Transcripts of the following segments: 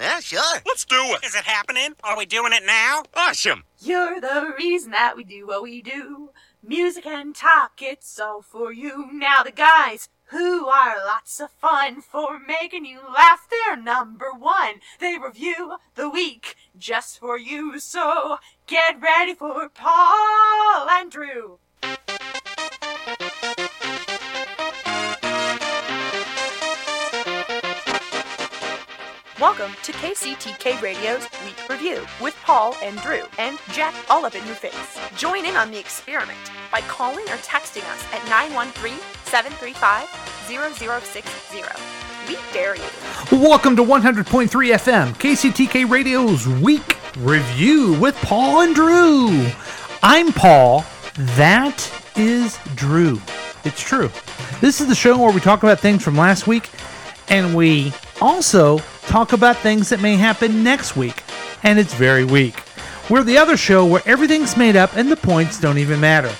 Yeah, sure. Let's do it. Is it happening? Are we doing it now? Awesome. You're the reason that we do what we do. Music and talk, it's all for you. Now, the guys who are lots of fun for making you laugh, they're number one. They review the week just for you, so get ready for Paul and Drew. Welcome to KCTK Radio's Week Review with Paul and Drew and Jack all up in your face. Join in on the experiment by calling or texting us at 913-735-0060. We dare you. Welcome to 100.3 FM, KCTK Radio's Week Review with Paul and Drew. I'm Paul. That is Drew. It's true. This is the show where we talk about things from last week and we also talk about things that may happen next week, and it's very weak. We're the other show where everything's made up and the points don't even matter.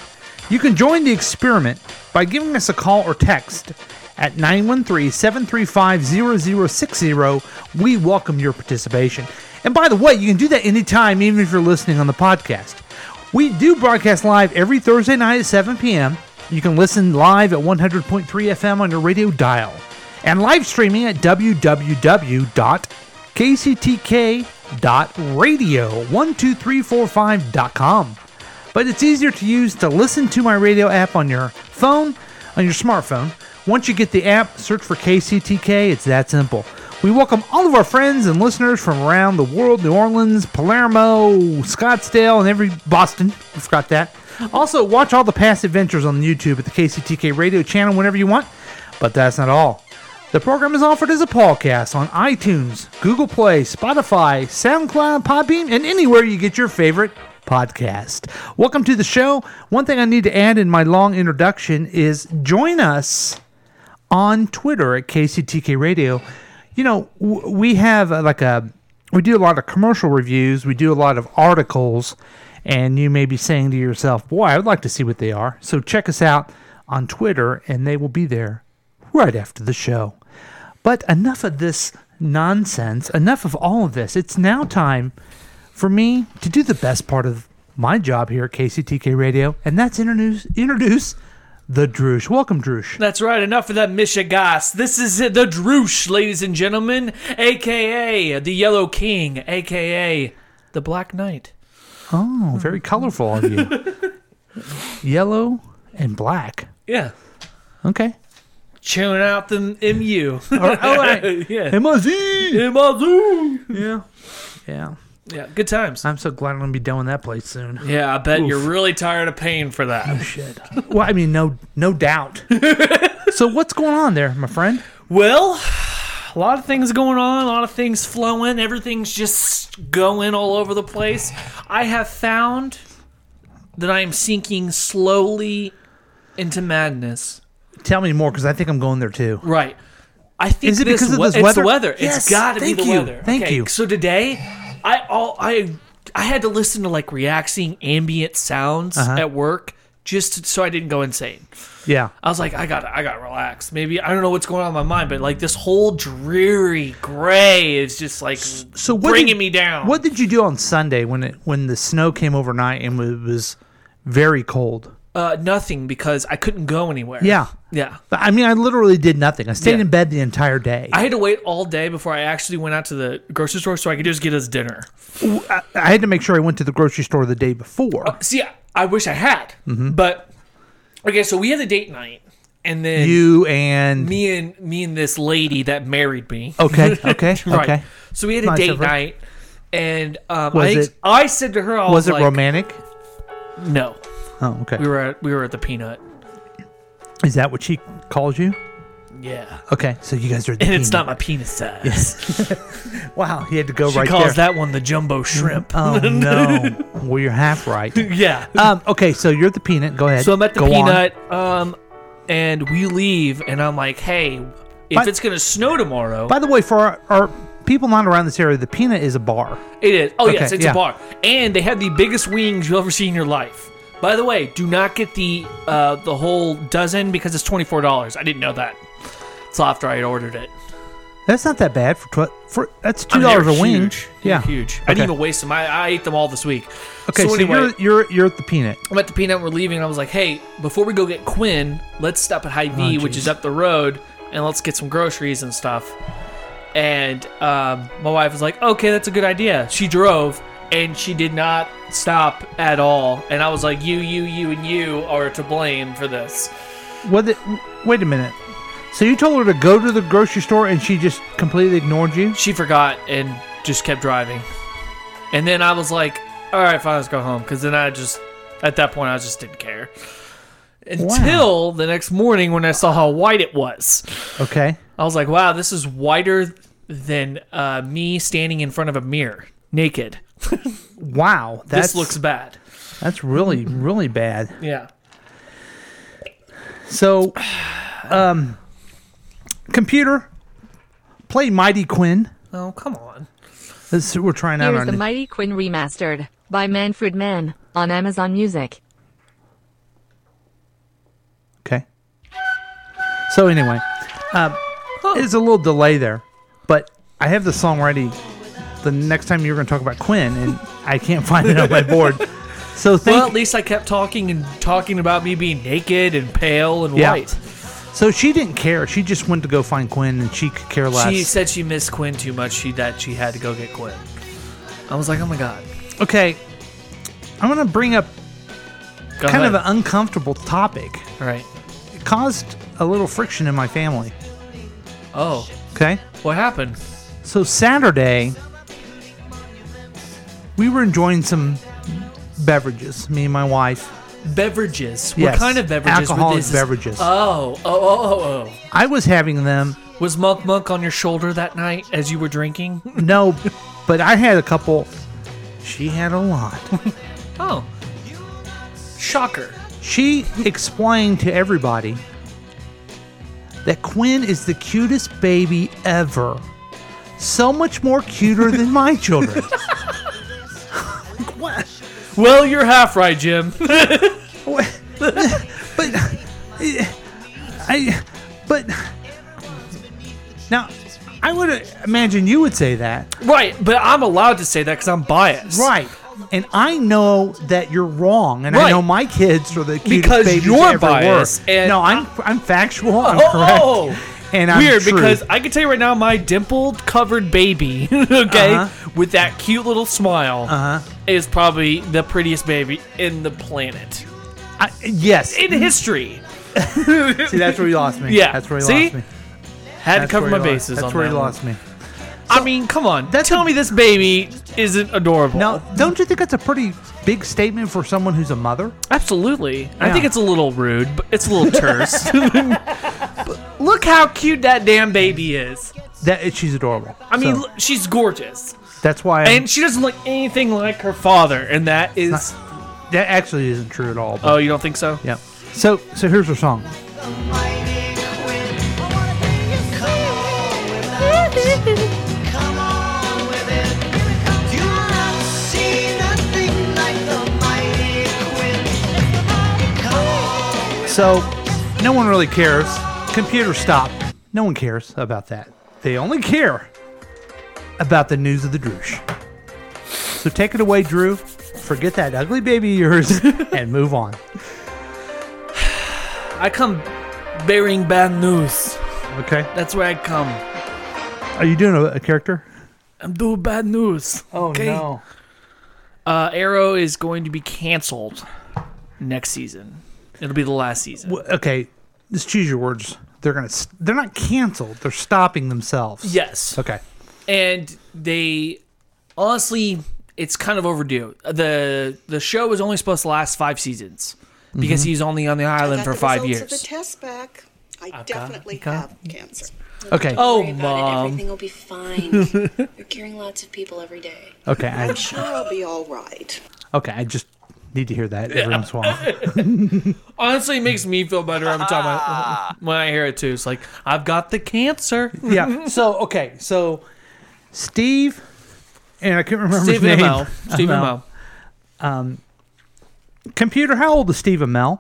You can join the experiment by giving us a call or text at 913 735 0060. We welcome your participation. And by the way, you can do that anytime, even if you're listening on the podcast. We do broadcast live every Thursday night at 7 p.m. You can listen live at 100.3 FM on your radio dial and live streaming at www.kctk.radio12345.com. But it's easier to use to listen to my radio app on your phone, on your smartphone. Once you get the app, search for KCTK. It's that simple. We welcome all of our friends and listeners from around the world New Orleans, Palermo, Scottsdale, and every Boston. I forgot that. Also, watch all the past adventures on YouTube at the KCTK radio channel whenever you want. But that's not all. The program is offered as a podcast on iTunes, Google Play, Spotify, SoundCloud, Podbean, and anywhere you get your favorite podcast. Welcome to the show. One thing I need to add in my long introduction is join us on Twitter at KCTK Radio. You know, w- we have uh, like a we do a lot of commercial reviews, we do a lot of articles, and you may be saying to yourself, "Boy, I would like to see what they are." So check us out on Twitter and they will be there right after the show. But enough of this nonsense, enough of all of this. It's now time for me to do the best part of my job here at KCTK Radio, and that's introduce introduce the Droosh. Welcome, Droosh. That's right. Enough of that Mishigas. This is it, the Droosh, ladies and gentlemen, aka the Yellow King, aka the Black Knight. Oh, very colorful of you. Yellow and black. Yeah. Okay. Chewing out the MU. All right. yeah. MIZ. Yeah. Yeah. Yeah. Good times. I'm so glad I'm going to be done with that place soon. Yeah, I bet you're really tired of paying for that. Shit. Well, I mean, no, no doubt. so what's going on there, my friend? Well, a lot of things going on, a lot of things flowing, everything's just going all over the place. I have found that I am sinking slowly into madness. Tell me more, because I think I'm going there too. Right. I think Is it this because of we- this it's weather? the weather. Yes, it's got to be thank the you, weather. thank Okay, you. So today, I all I I had to listen to like relaxing ambient sounds Uh-huh. at work just so I didn't go insane. Yeah. I was like, I got I got to relax. Maybe I don't know what's going on in my mind, but like this whole dreary gray is just like So what bringing did- me down. What did you do on Sunday when it when the snow came overnight and it was very cold? Uh, nothing because I couldn't go anywhere. Yeah. yeah. But, I mean, I literally did nothing. I stayed Yeah. in bed the entire day. I I, had to wait all day before I actually went out to the grocery store so I could just get us dinner. I had to make sure I went to the grocery store the day before. See, I- I wish I had, Mm-hmm. but okay. So we had a date night, and then you and me and me and this lady that married me. Okay. Okay. right. Oh, Okay. So we had a Nice date of her. night, and um, Was I, ex- it- I said to her, I Was was, it like, romantic? No, Oh, okay. we were at we were at the Peanut. Is that what she calls you? Yeah. Okay, so you guys are. The And it's team. not my penis size. Wow, he had to go She right calls there. that one the jumbo shrimp. Oh no! well, you're half right. yeah. Um. Okay, so you're the peanut. Go ahead. So I'm at the Go on. peanut, um, and we leave, and I'm like, hey, if But- it's gonna snow tomorrow, By the way, for our, our people not around this area, the peanut is a bar. it is. Oh yes, Okay, it's yeah. a bar, and they have the biggest wings you'll ever see in your life. By the way, do not get the uh, the whole dozen because it's twenty four dollars. I didn't know that. It's after I had ordered it. That's not that bad for tw- for that's I two mean, they dollars were a wing. huge. They were Yeah, huge. I Okay. didn't even waste them. I, I ate them all this week. Okay, so, anyway, you're you're you're at the peanut. I'm at the peanut. We're leaving. And I was like, "Hey, before we go get Quinn, let's stop at Hy V, Oh, which jeez. is up the road, and let's get some groceries and stuff." And um, my wife was like, "Okay, that's a good idea." She drove, and she did not stop at all. And I was like, "You, you, you, and you are to blame for this." What the- wait a minute. So you told her to go to the grocery store and she just completely ignored you? She forgot and just kept driving. And then I was like, "All right, fine, let's go home." Because then I just, at that point, I just didn't care. Until the next morning when I saw how white it was. Okay. I was like, wow, this is wider than uh, me standing in front of a mirror naked. Wow, that's this looks bad. that's really really bad. Yeah. So, um, computer, play Mighty Quinn. Oh, come on. This we're trying out Here's our the new- Mighty Quinn Remastered by Manfred Mann on Amazon Music. Okay. So anyway, um, it's a little delay there, but I have the song ready. The next time you're going to talk about Quinn, and I can't find it on my board. So thank Well, at least I kept talking and talking about me being naked and pale and Yeah. white. so she didn't care. She just went to go find Quinn, and she could care less. She said she missed Quinn too much. She that she had to go get Quinn. I was like, oh my god. okay, I'm going to bring up Go kind of an ahead. uncomfortable topic. All right. It caused a little friction in my family. Oh, Okay. what happened? So Saturday, we were enjoying some beverages, me and my wife. Beverages. Yes. What kind of beverages? were Alcoholic these? beverages. Oh, oh, oh, oh, I was having them. oh. Was Monk Monk on your shoulder that night as you were drinking? No, but I had a couple. She had a lot. Oh. Shocker. She explained to everybody that Quinn is the cutest baby ever. So much more cuter than my children. Well, you're half right, Jim. But I, but now I would imagine you would say that, right, but I'm allowed to say that because I'm biased. right? And I know that you're wrong, and I Right. know my kids are the cutest Because babies you're ever were. biased, and no, I'm I'm factual. I'm correct. Oh, And I'm weird true. because I can tell you right now, my dimpled covered baby, okay, Uh-huh. with that cute little smile, Uh-huh. is probably the prettiest baby in the planet I, yes, in history. see that's where you lost me. Yeah. that's where you See? lost me. Had That's to cover where my you lost- bases That's on where that. you one. lost me. I mean, come on, That's tell a- me this baby isn't adorable. Now, don't you think that's a pretty big statement for someone who's a mother? Absolutely. Yeah. I think it's a little rude, but it's a little terse. But look how cute that damn baby is. That she's adorable. I mean, So, look, she's gorgeous. that's why. I'm- And she doesn't look anything like her father, and that is that actually isn't true at all. but- Oh, you don't think so? Yeah. So so here's her song. So no one really cares. Computer stop. No one cares about that. They only care about the news of the Droosh. So take it away, Drew. Forget that ugly baby of yours and move on. I come bearing bad news. Okay. That's where I come. Are you doing a, a character? I'm doing bad news. Oh, okay? Uh, Arrow is going to be canceled next season. It'll be the last season. W- Okay. Just choose your words. They're gonna. s- They're not canceled. They're stopping themselves. Yes. Okay. and they honestly it's kind of overdue the the show was Mm-hmm. only supposed to last five seasons because he's only on the island for five years test back. I I've got- definitely got- have cancer. Okay. Oh, But mom. everything will be fine. You're curing lots of people every day. Okay. I, I'm sure I'll be all right. okay. I just need to hear that every once in a while. Honestly, it makes me feel better every time I, when I hear it too. It's like I've got the cancer. Yeah. So okay. So Steve, and I can't remember Stephen his name. Amell. Stephen Amell. Computer, how old is Steve Amell?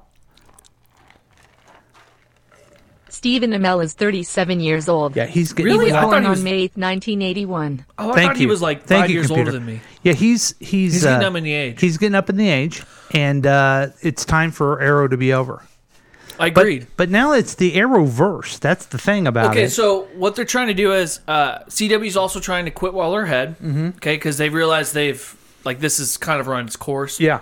Stephen Amell is 37 years old. Yeah, he's getting Really? He was I thought born he was- on May 8, 1981. Oh, I Thank thought you. he was like Thank five you, years computer. older than me. Yeah, he's he's He's getting uh, up in the age. He's getting up in the age, and uh, it's time for Arrow to be over. I But agreed. but now it's the Arrowverse. That's the thing about Okay, it. so what they're trying to do is uh, CW's also trying to quit while they're ahead. Mm-hmm. Okay, because they realize they've like this is kind of run its course. yeah,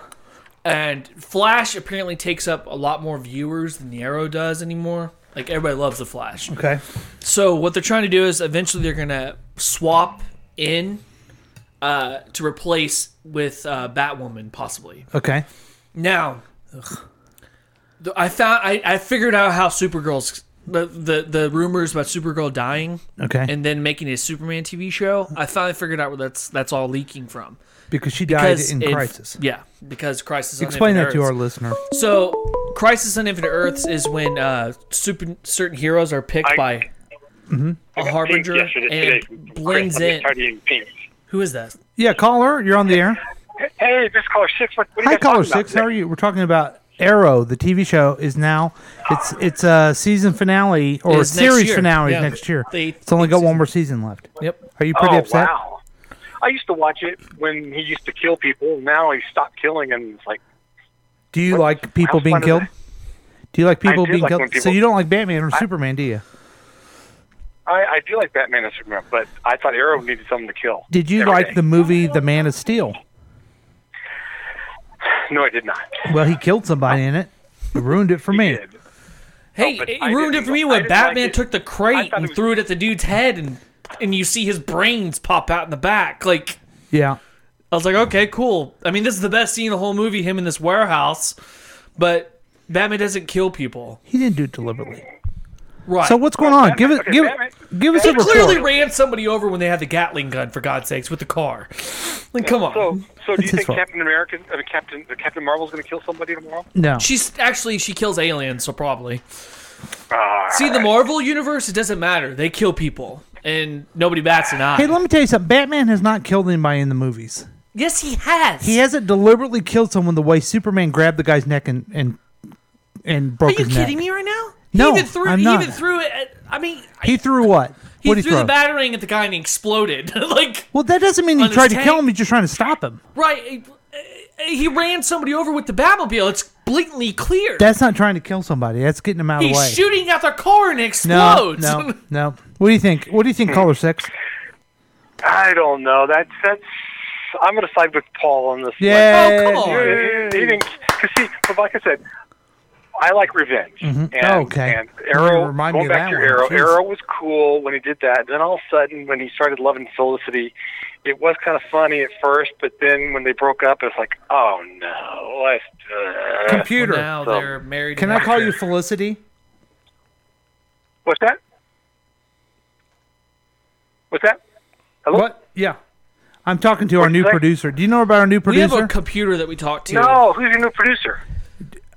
And Flash apparently takes up a lot more viewers than the Arrow does anymore. Like everybody loves the Flash. okay, So what they're trying to do is eventually they're gonna swap in uh, to replace with uh, Batwoman possibly. okay. Now, th- I found I, I figured out how Supergirl's the, the the rumors about Supergirl dying Okay. and then making a Superman TV show. I finally figured out where that's that's all leaking from. Because she Because died in if- Crisis. Yeah, because Crisis. on Explain Infinite that to Earths. our listener. So, Crisis on Infinite Earths is when uh, super, certain heroes are picked by Mm-hmm. a harbinger and blends in. Who is that? Yeah, caller, you're on the air. Hey, this is caller six. What, what are Hi, you guys caller talking six. How About? are you? We're talking about Arrow. The TV show is now it's it's a season finale or Is next series year. finale Yeah. next year. They- it's only got one more season left. Yep. Are you pretty oh, upset? wow. I used to watch it when he used to kill people. Now he stopped killing, and it's like Do you What- like people how being fun is killed? it? Do you like people do being like killed? when So people- you don't like Batman or Superman, do you? I, I do like Batman and Superman, but I thought Arrow needed someone to kill. Did you every like day. the movie The Man of Steel? No, I did not. Well, he killed somebody in it. It ruined it for me. Did. Hey, but it I ruined it didn't for me li- I when didn't like Batman it. took the crate thought and it was- threw it at the dude's head, and and you see his brains pop out in the back. Like Yeah. I was like, okay, cool. I mean, this is the best scene in the whole movie. Him in this warehouse, but Batman doesn't kill people. He didn't do it deliberately. Right. So what's going on? Give it, okay, give Batman- it, give us a They clearly report. ran somebody over when they had the Gatling gun, for God's sakes, with the car. Like, come on. So, so do It's his you think fault. Captain America, I mean, Captain uh, Captain Marvel's going to kill somebody tomorrow? No. She's actually she kills aliens, so probably. Ah, See, the Marvel universe, it doesn't matter. They kill people, and nobody bats an eye. Hey, let me tell you something. Batman has not killed anybody in the movies. yes, he has. He hasn't deliberately killed someone the way Superman grabbed the guy's neck and and and Are broke you his neck. kidding me right now? No, he even threw, I'm he not. even threw it. At, I mean, He threw what? he What'd threw the battering at the guy and he exploded. like, Well, that doesn't mean he on his tried to tank. kill him. He's just trying to stop him. right? He, he ran somebody over with the Batmobile. It's blatantly clear. That's not trying to kill somebody. That's getting him out of He's the way. shooting at the car and it no, explodes. no, no. What do you think? What do you think, caller six? Oh, I don't know. That's that's. I'm going to side with Paul on this. one. Yeah. come on. He didn't. Cause see, but like I said, I like revenge. And, Okay. And You Arrow, remind me going of back to that your Arrow, one. Jeez. Arrow was cool when he did that. Then all of a sudden, when he started loving Felicity, it was kind of funny at first, but then when they broke up, it's like, oh no. I, uh, Computer. Now So- they're married. Can and I call happy. you Felicity? what's that? What's that? Hello? What? Yeah. I'm talking to our new that? producer. Do you know about our new We have producer? a computer that we talk to. No, who's your new producer?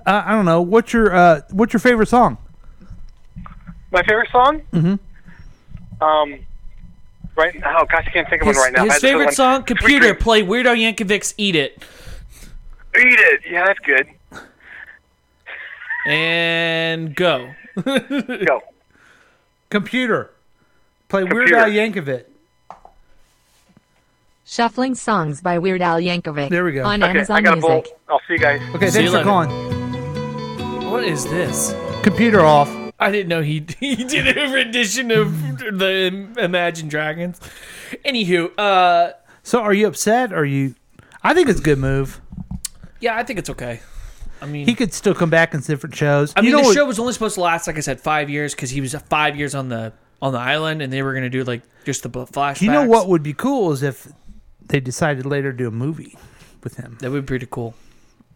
uh, I don't know. What's your uh, What's your favorite song? My favorite song? Mm-hmm. Um, right now, oh, gosh, I can't think of His, one right now. his I just favorite went, song, Sweet Computer, Dreams. play Weirdo Yankovic's Eat It. Eat it. Yeah, that's good. And go. Go. Computer. Play Weird Computer. Al Yankovic. Shuffling songs by Weird Al Yankovic. There we go. On Okay, I Amazon got a bowl. Music. I'll see you guys. Okay, See thanks you for later. calling. What is this? Computer off. I didn't know he he did a rendition of the Im- Imagine Dragons. Anywho, uh, So, are you upset? Are you? I think it's a good move. yeah, I think it's okay. I mean, He could still come back in different shows. I mean, you know the what- show was only supposed to last, like I said, five years because he was five years on the on the island, and they were gonna do like just the bl- flashbacks. You know what would be cool is if they decided later to do a movie with him. That would be pretty cool.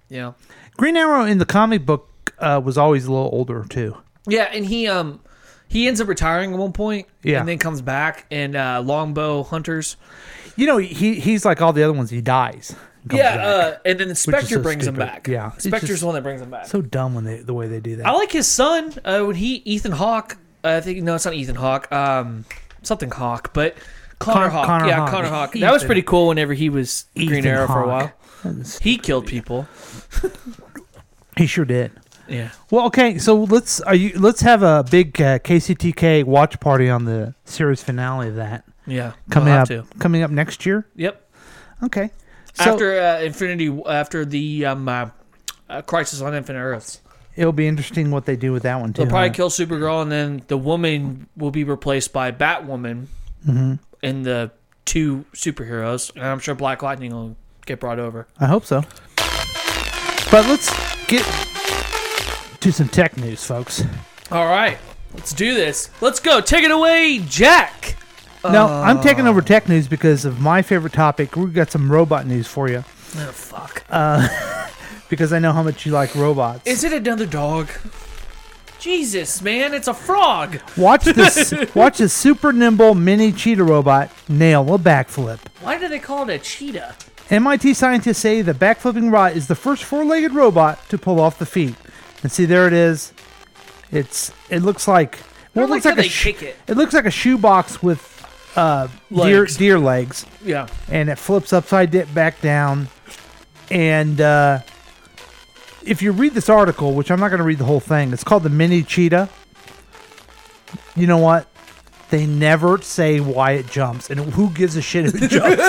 Yeah. Green Arrow in the comic book uh, was always a little older too. Yeah, and he um he ends up retiring at one point. Yeah. and then comes back and uh, Longbow Hunters. You know, he he's like all the other ones. He dies. and comes Yeah, back. uh, and then Which is Spectre so brings him stupid. back. Yeah, it's Spectre's just the one that brings him back. So dumb when they the way they do that. uh, I like his son uh, when he Ethan Hawke. Uh, I think no, it's not Ethan Hawke. Um, something Hawke, but Connor Con- Hawke. Connor yeah, Hawke. Connor Hawke. That was Ethan- pretty cool. Whenever he was Green Ethan Arrow for a Hawke. while, he killed people. he sure did. Yeah. Well, okay, so let's are you let's have a big uh, KCTK watch party on the series finale of that. Yeah, we'll coming have up to. coming up next year. Yep. Okay. after uh, Infinity, after the um, uh, uh, Crisis on Infinite Earths, It'll be interesting what they do with that one too. they'll probably huh? kill Supergirl, and then the woman will be replaced by Batwoman Mhm. and the two superheroes. And I'm sure Black Lightning will get brought over. I hope so. But let's get to some tech news, folks. All right, let's do this. Let's go. Take it away, Jack. Now I'm taking over tech news because of my favorite topic. We've got some robot news for you. Oh, fuck. Uh, because I know how much you like robots. Is it another dog? Jesus, man, it's a frog. Watch this. watch this super nimble mini cheetah robot nail a backflip. Why do they call it a cheetah? MIT scientists say the backflipping rod is the first four-legged robot to pull off the feat. And see, there it is. It's it looks like well, it I looks like like how a they sh- kick it. it looks like a shoebox with uh, deer Legs. deer legs, Yeah. and it flips upside di- back down. And uh, if you read this article, which I'm not going to read the whole thing, it's called the mini cheetah. You know what? They never say why it jumps, and who gives a shit if it jumps?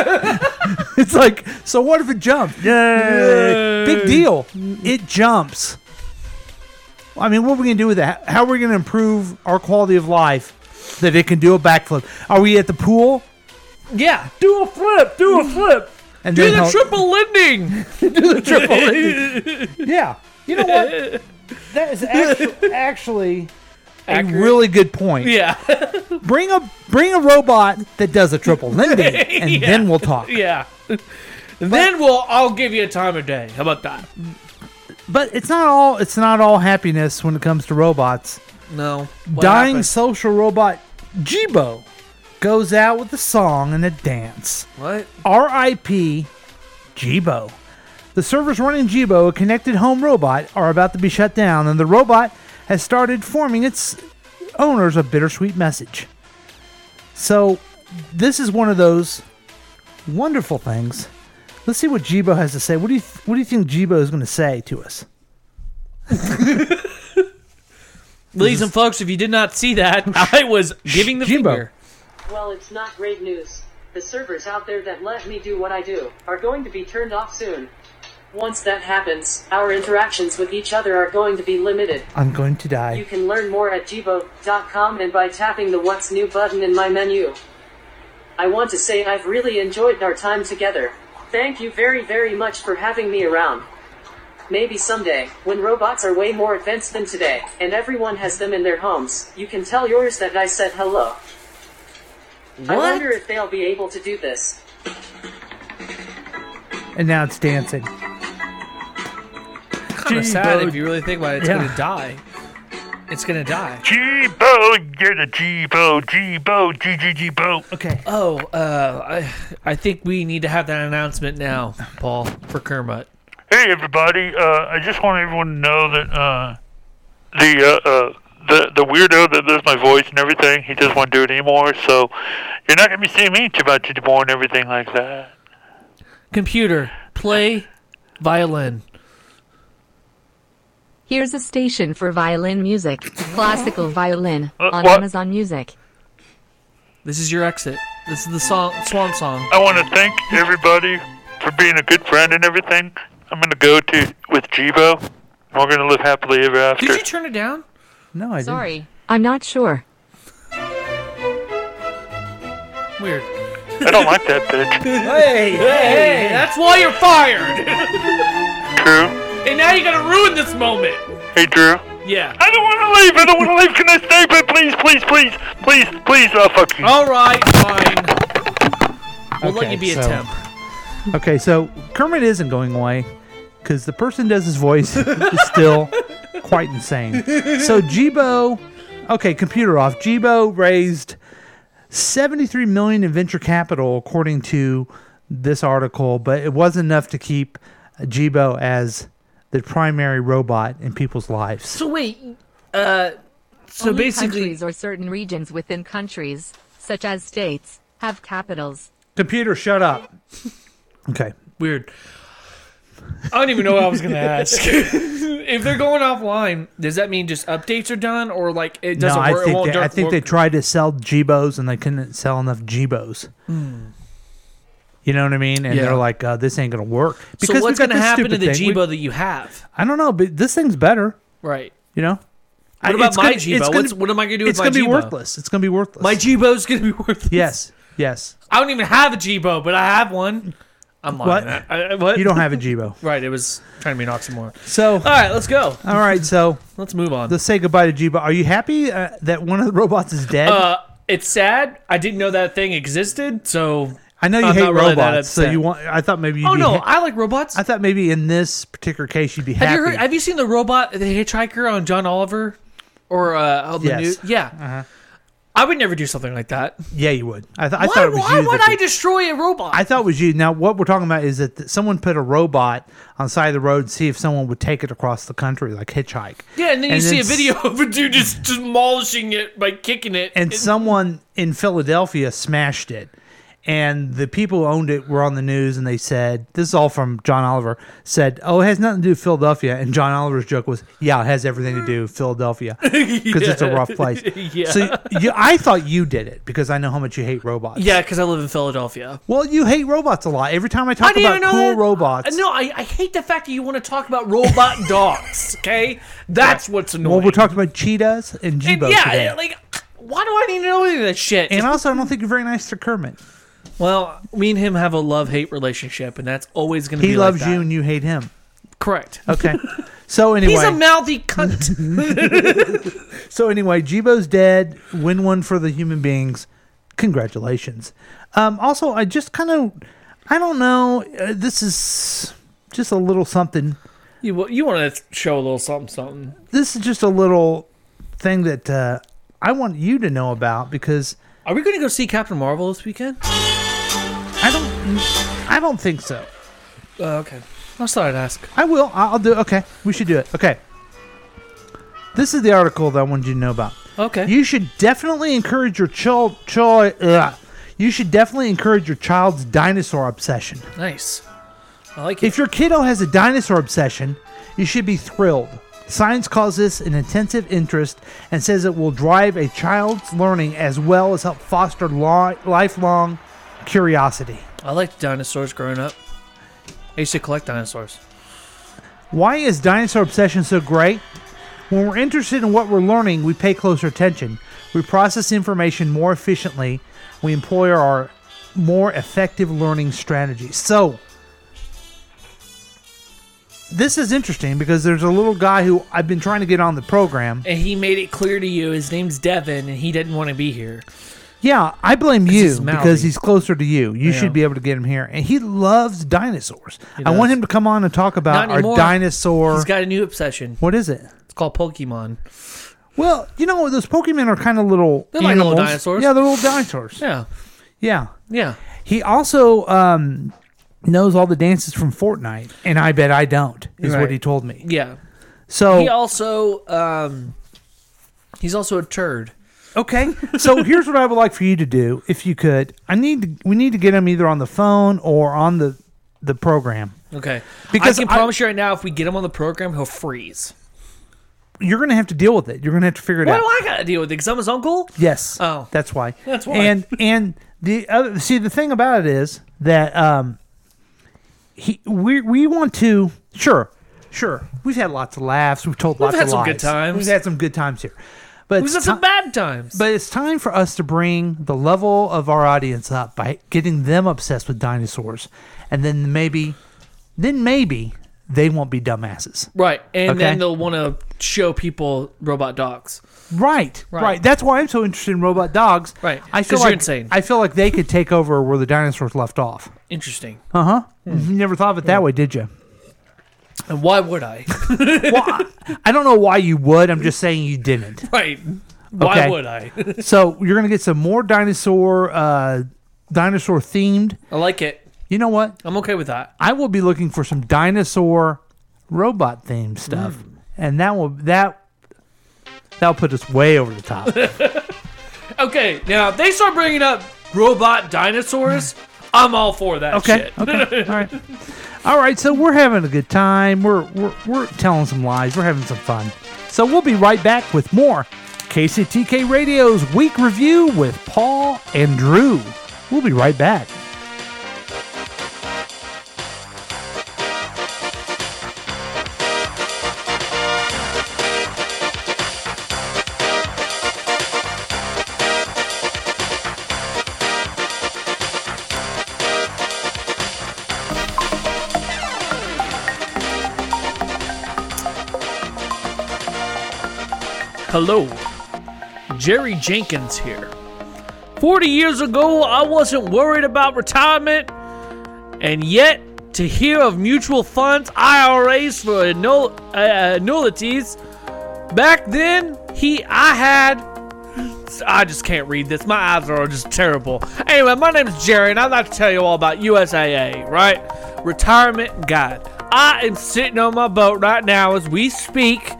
it's like, so what if it jumps? Yay! Big deal. It jumps. I mean, what are we gonna do with that? How are we gonna improve our quality of life that it can do a backflip? Are we at the pool? Yeah. Do a flip. Do a flip. And do then the how- triple ending. do the triple. ending. yeah. You know what? That is actu- actually a Accurate. really good point. Yeah. Bring a bring a robot that does a triple ending, and Yeah. then we'll talk. Yeah. then we'll. I'll give you a time of day. How about that? But it's not all it's not all happiness when it comes to robots. No. What Dying happened? social robot Jibo goes out with a song and a dance. What? R.I.P. Jibo. The servers running Jibo, a connected home robot, are about to be shut down, and the robot has started forming its owners a bittersweet message. So, this is one of those wonderful things. Let's see what Jibo has to say. What do you th- What do you think Jibo is going to say to us? Ladies and folks, if you did not see that, I was giving the Jimbo. finger. Well, it's not great news. The servers out there that let me do what I do are going to be turned off soon. Once that happens, our interactions with each other are going to be limited. I'm going to You die. can learn more at jibo.com and by tapping the What's New button in my menu. I want to say I've really enjoyed our time together. Thank you very, very much for having me around. Maybe someday, when robots are way more advanced than today, and everyone has them in their homes, you can tell yours that I said hello. I wonder if they'll be able to do this. And now it's dancing. Kind of sad Jimbo. if you really think about it. It's Yeah. gonna die. It's gonna die. Jibo, you're the Jibo, Jibo, Jibo. Okay. Oh, uh, I, I think we need to have that announcement now, Paul, for Kermit. Hey everybody, uh, I just want everyone to know that uh, the uh, uh, the the weirdo that does my voice and everything, he doesn't want to do it anymore. So you're not gonna be seeing me too much anymore and everything like that. Computer, play violin. Here's a station for violin music, classical violin, Uh, on what? Amazon Music. This is your exit. This is the song, Swan Song. I want to thank everybody for being a good friend and everything. I'm gonna go to with Jibo. and We're gonna live happily ever after. Did you turn it down? No, I Sorry, I'm not sure. Weird. I don't like that bitch. Hey, hey, that's why you're fired. Drew, and now you're gonna ruin this moment. hey Drew. Yeah. I don't want to leave. I don't want to leave. Can I stay? But please, please, please, please, please. Oh fuck you. All right, fine. We'll let Okay, you be a so- temp. Okay, so Kermit isn't going away because the person who does his voice is still Quite insane. so Jibo, okay, computer off. Jibo raised 73 million in venture capital according to this article, but it wasn't enough to keep Jibo as the primary robot in people's lives. So wait, uh, so Only basically, countries or certain regions within countries, such as states, have capitals. Computer, shut up. Okay. Weird. I don't even know what I was gonna ask. if they're going offline, does that mean just updates are done, or like it No, doesn't I work? it think, won't they, I work- think they work- tried to sell Jibos and they couldn't sell enough Jibos. Hmm. You know what I mean? And Yeah. they're like, uh, this ain't going to work. so what's we've got gonna this happen to stupid the thing. We- Jibo that you have? I don't know, but this thing's better, Right. you know? I- What about it's my gonna- Jibo? it's gonna- What's- what am I gonna do with it's my gonna be Jibo? worthless. It's going to be worthless. My Jibo's gonna be worthless. Yes. Yes. I don't even have a Jibo, but I have one. I'm lying. What? I- I- what? You don't have a Jibo. Right. It was trying to be an oxymoron. So, all right, let's go. All right, so let's move on. Let's say goodbye to Jibo. Are you happy uh, that one of the robots is dead? Uh, it's sad. I didn't know that thing existed. So I know you I'm hate not really that robots, so upset. you want. I thought maybe. You'd Oh, be no, ha- I like robots. I thought maybe in this particular case you'd be Have happy. you heard? Have you seen the robot, the hitchhiker on John Oliver, or uh, on the Yes. Uh-huh. news? Yeah, I would never do something like that. yeah, you would. I, th- I why thought it was why you. would that I did- destroy a robot? I thought it was you. Now, what we're talking about is that th- someone put a robot on the side of the road to see if someone would take it across the country, like hitchhike. yeah, and then you see a s- video of a dude just demolishing it by kicking it. And someone in Philadelphia smashed it. And the people who owned it were on the news and they said, this is all from John Oliver, said, oh, it has nothing to do with Philadelphia. And John Oliver's joke was, yeah, it has everything to do with Philadelphia because it's a rough place. Yeah. So you, I thought you did it because I know how much you hate robots. yeah, because I live in Philadelphia. Well, you hate robots a lot. Every time I talk didn't about even know cool that. robots, No, I, I hate the fact that you want to talk about robot dogs. Okay, that's what's annoying. well, we're talking about cheetahs and And Jibo yeah, today. like why do I need to know any of that shit? and also, I don't think you're very nice to Kermit. Well, me and him have a love hate relationship, and that's always going to be. He loves like that. you and you hate him. Correct. Okay. So anyway, He's a mouthy cunt. So anyway, Jibo's dead. Win one for the human beings. Congratulations. Um, also, I just kind of, I don't know. Uh, this is just a little something. you wa- you want to show a little something something? This is just a little thing that uh, I want you to know about because Are we going to go see Captain Marvel this weekend? I don't, I don't think so. Uh, okay, I just thought I'd ask. I will. I- I'll do. Okay, we should do it. Okay. This is the article that I wanted you to know about. Okay. You should definitely encourage your child. Child. Ugh. You should definitely encourage your child's dinosaur obsession. Nice. I like it. If your kiddo has a dinosaur obsession, you should be thrilled. Science calls this an intensive interest and says it will drive a child's learning as well as help foster lo- lifelong curiosity. I liked dinosaurs growing up. I used to collect dinosaurs. Why is dinosaur obsession so great? When we're interested in what we're learning, we pay closer attention. We process information more efficiently. We employ our more effective learning strategies. So, this is interesting because there's a little guy who I've been trying to get on the program. And he made it clear to you his name's Devin, and he didn't want to be here. Yeah, I blame he's you mouthy. because he's closer to you. You Yeah. should be able to get him here. And he loves dinosaurs. He I want does. him to come on and talk about Not our anymore. dinosaur. He's got a new obsession. what is it? It's called Pokemon. Well, you know those Pokemon are kind of little. They're like little animals. dinosaurs. Yeah, they're little dinosaurs. Yeah. Yeah. Yeah. He also um, knows all the dances from Fortnite, and I bet I don't. Is Right. what he told me. Yeah. So he also um he's also a turd. okay. so here's what I would like for you to do, if you could. I need to, we need to get him either on the phone or on the the program. Okay. Because I can I- promise you right now if we get him on the program, he'll freeze. You're going to have to deal with it. You're going to have to figure it Why out. do I gotta deal with it? Because I'm his uncle? Yes. Oh. That's why. That's why. And and the other see the thing about it is that um he we we want to sure sure we've had lots of laughs we've told We've lots had of some good lies. times. we've had some good times here but We've it's had some ti- bad times. but it's time for us to bring the level of our audience up by getting them obsessed with dinosaurs and then maybe then maybe they won't be dumbasses Right. And Okay. then they'll wanna show people robot dogs. Right, right, Right. That's why I'm so interested in robot dogs. Right, I feel 'cause you're like insane. I feel like they could take over where the dinosaurs left off. Interesting. Uh huh. You never thought of it that way, did you? And why would I? I don't know why you would. I'm just saying you didn't. right. Why Okay. would I? so you're gonna get some more dinosaur, uh, dinosaur themed. I like it. You know what? I'm okay with that. I will be looking for some dinosaur, robot themed stuff, Hmm. and that will that that'll put us way over the top. Okay, now if they start bringing up robot dinosaurs, I'm all for that Okay, shit. okay, all right. All right, so we're having a good time. We're, we're we're telling some lies. We're having some fun. So we'll be right back with more KCTK Radio's week review with Paul and Drew. We'll be right back. Hello, Jerry Jenkins here. 40 years ago, I wasn't worried about retirement, and yet to hear of mutual funds, IRAs for annul- uh, annuities, back then, he, I had. I just can't read this. My eyes are just terrible. Anyway, my name is Jerry, and I'd like to tell you all about USAA, right? Retirement Guide. I am sitting on my boat right now as we speak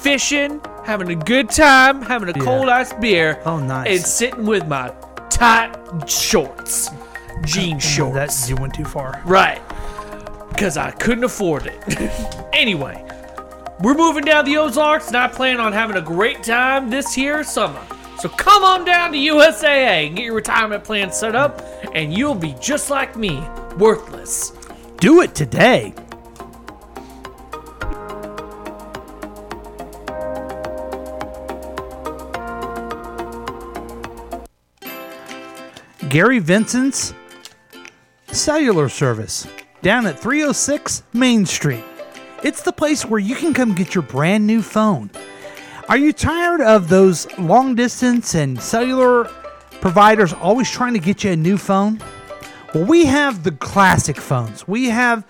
fishing, having a good time, having a cold ice beer. Oh, nice. And sitting with my tight shorts, Oh, jean shorts. That's you went too far. Right. Because I couldn't afford it. anyway, we're moving down the Ozarks, and I plan on having a great time this here summer. So come on down to USAA and get your retirement plan set up, and you'll be just like me, worthless. Do it today. Gary Vincent's cellular service down at 306 Main Street. It's the place where you can come get your brand new phone. Are you tired of those long distance and cellular providers always trying to get you a new phone? Well, we have the classic phones. We have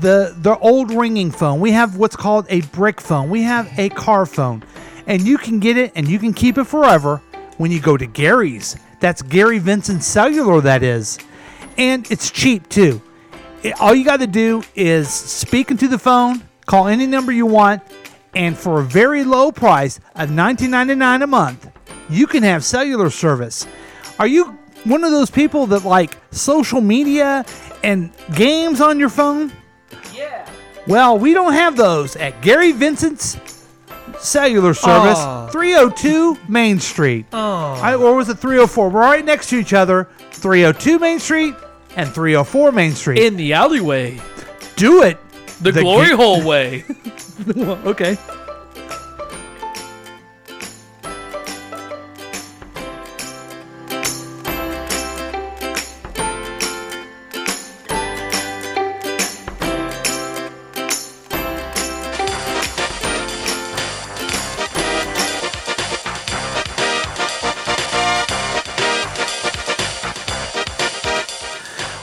the the old ringing phone. We have what's called a brick phone. We have a car phone. And you can get it and you can keep it forever when you go to Gary's. That's Gary Vincent Cellular that is. And it's cheap too. It- all you got to do is speak into the phone, call any number you want, and for a very low price of $19.99 a month, you can have cellular service. Are you one of those people that like social media and games on your phone? Well, we don't have those at Gary Vincent's Cellular Service, Aw. 302 Main Street. Aw. I, or was it 304? We're right next to each other. 302 Main Street and 304 Main Street. In the alleyway. Do it. The, glory ga- hole way. okay.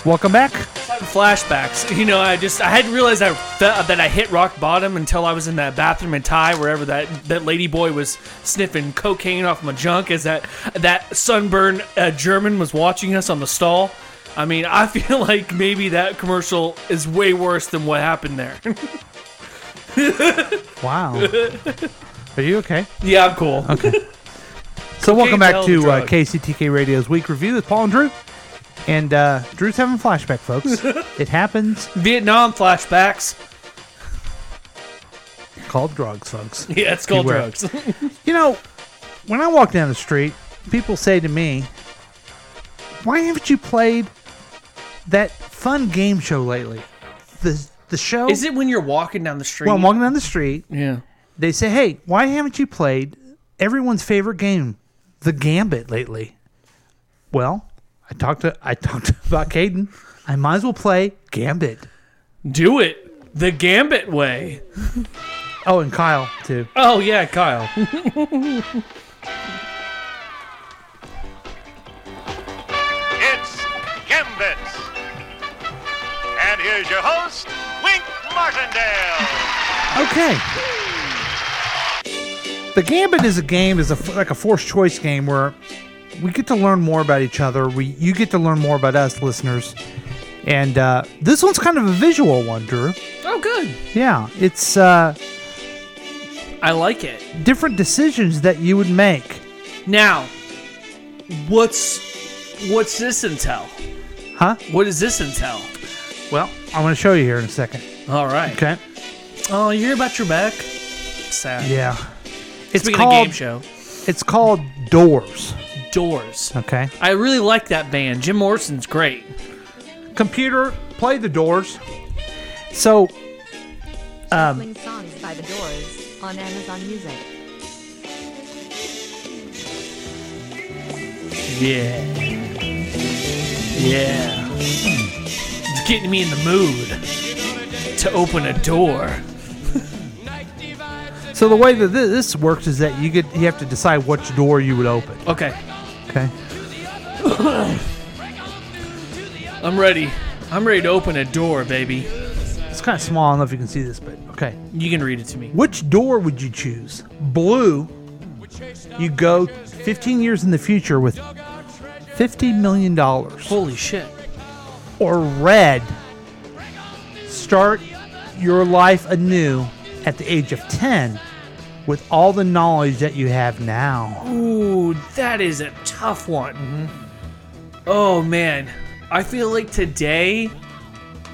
Welcome back. having flashbacks. You know, I just I hadn't realized I felt that I hit rock bottom until I was in that bathroom in Thai, wherever that that lady boy was sniffing cocaine off my junk. As that that sunburned uh, German was watching us on the stall. I mean, I feel like maybe that commercial is way worse than what happened there. Wow. Are you okay? yeah, I'm cool. Okay. So welcome Cocaine's a hell back of a to uh, drug. KCTK Radio's week review with Paul and Drew. And uh, Drew's having a flashback, folks. it happens. Vietnam flashbacks. Called drugs, folks. Yeah, it's called Beware. drugs. you know, when I walk down the street, people say to me, "Why haven't you played that fun game show lately?" The the show Is it when you're walking down the street? Well, I'm walking down the street. Yeah. They say, "Hey, why haven't you played everyone's favorite game, the Gambit, lately?" Well, I talked to I talked about Caden. I might as well play Gambit. Do it the Gambit way. Oh, and Kyle too. Oh yeah, Kyle. It's Gambit. And here's your host, Wink Martindale. Okay. The Gambit is a game is a, like a forced choice game where we get to learn more about each other. We you get to learn more about us, listeners. And uh, this one's kind of a visual one, Drew. Oh, good. Yeah, it's uh, I like it. different decisions that you would make, Now, what's what's this intel? huh? What is this intel? Well, I'm going to show you here in a second. All right. Okay. Oh, you hear about your back? Sad. Yeah. It's Speaking called of game show, It's called Doors. Doors. Okay. I really like that band. Jim Morrison's great. Computer, play the Doors. So, um, Shuffling songs by The Doors on Amazon Music. Yeah. Yeah. It's getting me in the mood to open a door. so the way that thi- this works is that you get you have to decide which door you would open. Okay. Okay. I'm ready. I'm ready to open a door, baby. It's kind of small. I don't know if you can see this, but okay. You can read it to me. Which door would you choose? Blue. You go 15 years in the future with 50 million dollars. Holy shit. Or red. Start your life anew at the age of 10 with all the knowledge that you have now. Ooh, that is a tough one. Oh man, I feel like today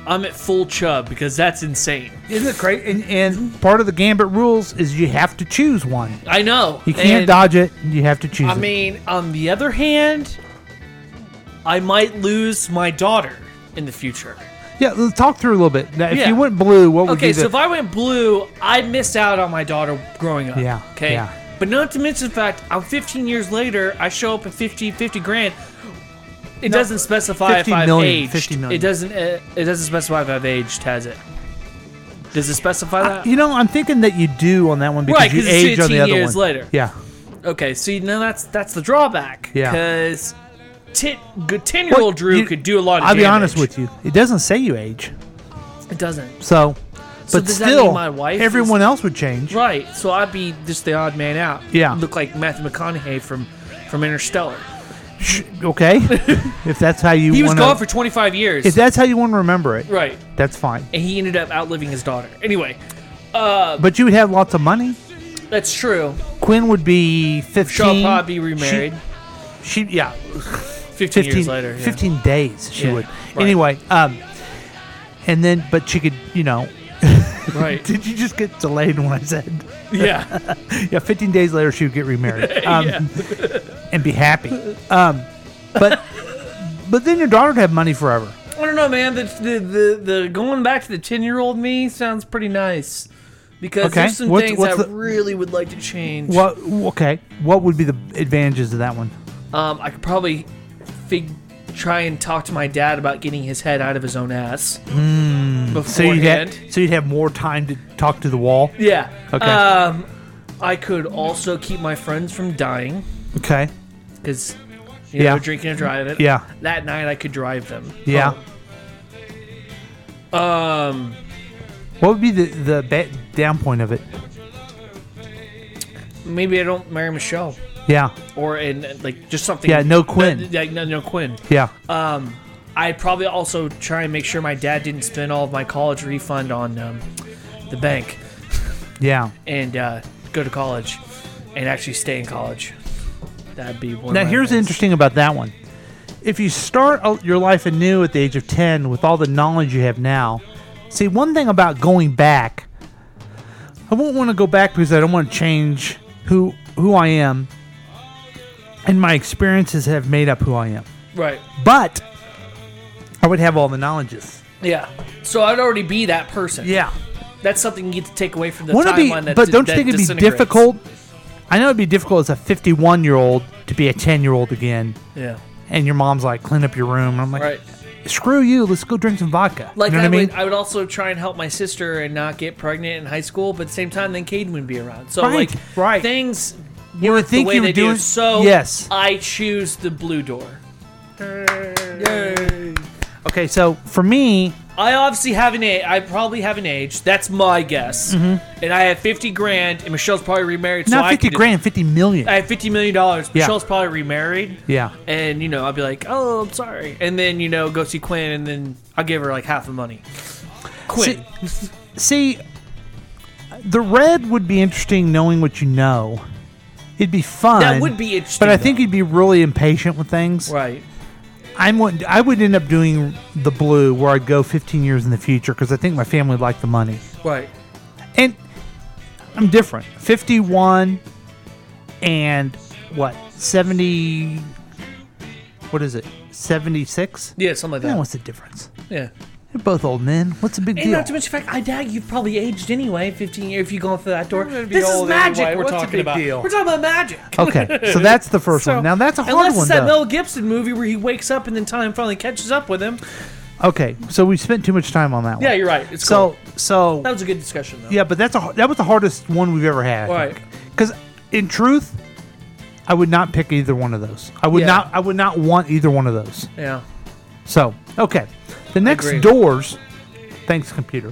I'm at full chub because that's insane. Isn't it great? And, and part of the gambit rules is you have to choose one. I know. You can't and- dodge it. You have to choose. I it. mean, on the other hand, I might lose my daughter in the future. yeah. let's Talk through a little bit. Now, if Yeah. you went blue, what would Okay, you do? so if I went blue, I missed out on my daughter growing up. Yeah, Okay. yeah. But not to mention the fact, I'm 15 years later. I show up at 50, 50 grand. It No, doesn't specify if 50 I've million, aged. 50 million. It doesn't. uh, It doesn't specify if I've aged. Has it? Does it specify that? Uh, you know, I'm thinking that you do on that one because Right, you 'cause it's age on the 18 other years one. later. Yeah. Okay, so you know that's that's the drawback. Yeah. Because ten year Well, old Drew you- could do a lot of I'll be damage. honest with you. It doesn't say you age. It doesn't. So, So but does that mean still, my wife is- everyone else would change. Right. So I'd be just the odd man out. Yeah. Look like Matthew McConaughey from from Interstellar. Sh- Okay. if that's how you He was want gone for 25 years. If that's how you want to remember it, Right. that's fine. And he ended up outliving his daughter. Anyway, uh, But you would have lots of money. that's true. Quinn would be 15. She'll probably be remarried. She, she yeah. 15, years later. yeah. 15 days she Yeah, would. right. Anyway, um, and then, but she could, you know. Right. Did you just get delayed when I said? Yeah. yeah, 15 days later, she would get remarried um, Yeah. and be happy. Um, but but then your daughter would have money forever. I don't know, man. The, the the the going back to the 10 year old me sounds pretty nice. Because Okay, there's some what's- things what's I the- really would like to change. What? Okay. What would be the advantages of that one? Um, I could probably fig- try and talk to my dad about getting his head out of his own ass. Mm, so you'd Beforehand. have so you'd have more time to talk to the wall. Yeah. Okay. Um, I could also keep my friends from dying Okay. because you know Yeah. drinking and driving. Yeah. That night I could drive them. Yeah. Um, What would be the the ba- down point of it? maybe I don't marry Michelle Yeah. or in like just something. Yeah, no Quinn. Th- Like no, no Quinn. Yeah. Um, I'd probably also try and make sure my dad didn't spend all of my college refund on um, the bank Yeah. and uh, go to college and actually stay in college. That'd be one. now of my here's things. interesting about that one if you start out your life anew at the age of 10 with all the knowledge you have now see one thing about going back i won't want to go back because i don't want to change who who i am and my experiences have made up who i am right. but i would have all the knowledges Yeah. So I'd already be that person. Yeah. That's something you get to take away from the Wouldn't it timeline. be, that but don't you that think it'd be disintegrates. difficult i know it'd be difficult as a 51 year old to be a 10 year old again Yeah. and your mom's like clean up your room and i'm like Right. screw you let's go drink some vodka Like you know I, what i mean would, I would also try and help my sister and not get pregnant in high school, but at the same time, then Caden wouldn't be around. So Right, like, right. things you would think the way you they were doing do. So uh, yes I choose the blue door. okay so for me I obviously have an age. I probably have an age. That's my guess. Mhm. And I have fifty grand, and Michelle's probably remarried. so Not I 50 could- grand, 50 million. I have fifty million dollars. Yeah. Michelle's probably remarried. yeah. And you know, I'll be like, "Oh, I'm sorry," and then you know, go see Quinn, and then I'll give her like half the money. Quinn, See, the red would be interesting knowing what you know. It'd be fun. would be interesting, But I think you'd be really impatient with things. Right. I'm one- I would end up doing the blue where I'd go 15 years in the future because I think my family would like the money. right? And I'm different. 51 and what? 70. What is it? 76? Yeah, something like Yeah, that. what's the difference? Yeah. They're both old men. What's the big And deal? not to mention the fact, I doubt you've probably aged anyway. Fifteen years if you go through that door. be This is old magic. anyway. We're What's the talking big about. deal? We're talking about magic. Okay, so that's the first one. Now, that's a hard unless one, it's that though. Mel Gibson movie where he wakes up and then time finally catches up with him. Okay, so we spent too much time on that one. Yeah, you're right. It's so cool. so that was a good discussion though. yeah, but that's a that was the hardest one we've ever had. All right. Because in truth, I would not pick either one of those. I would Yeah. not. I would not want either one of those. Yeah. So okay, the next agree. doors. Thanks, computer.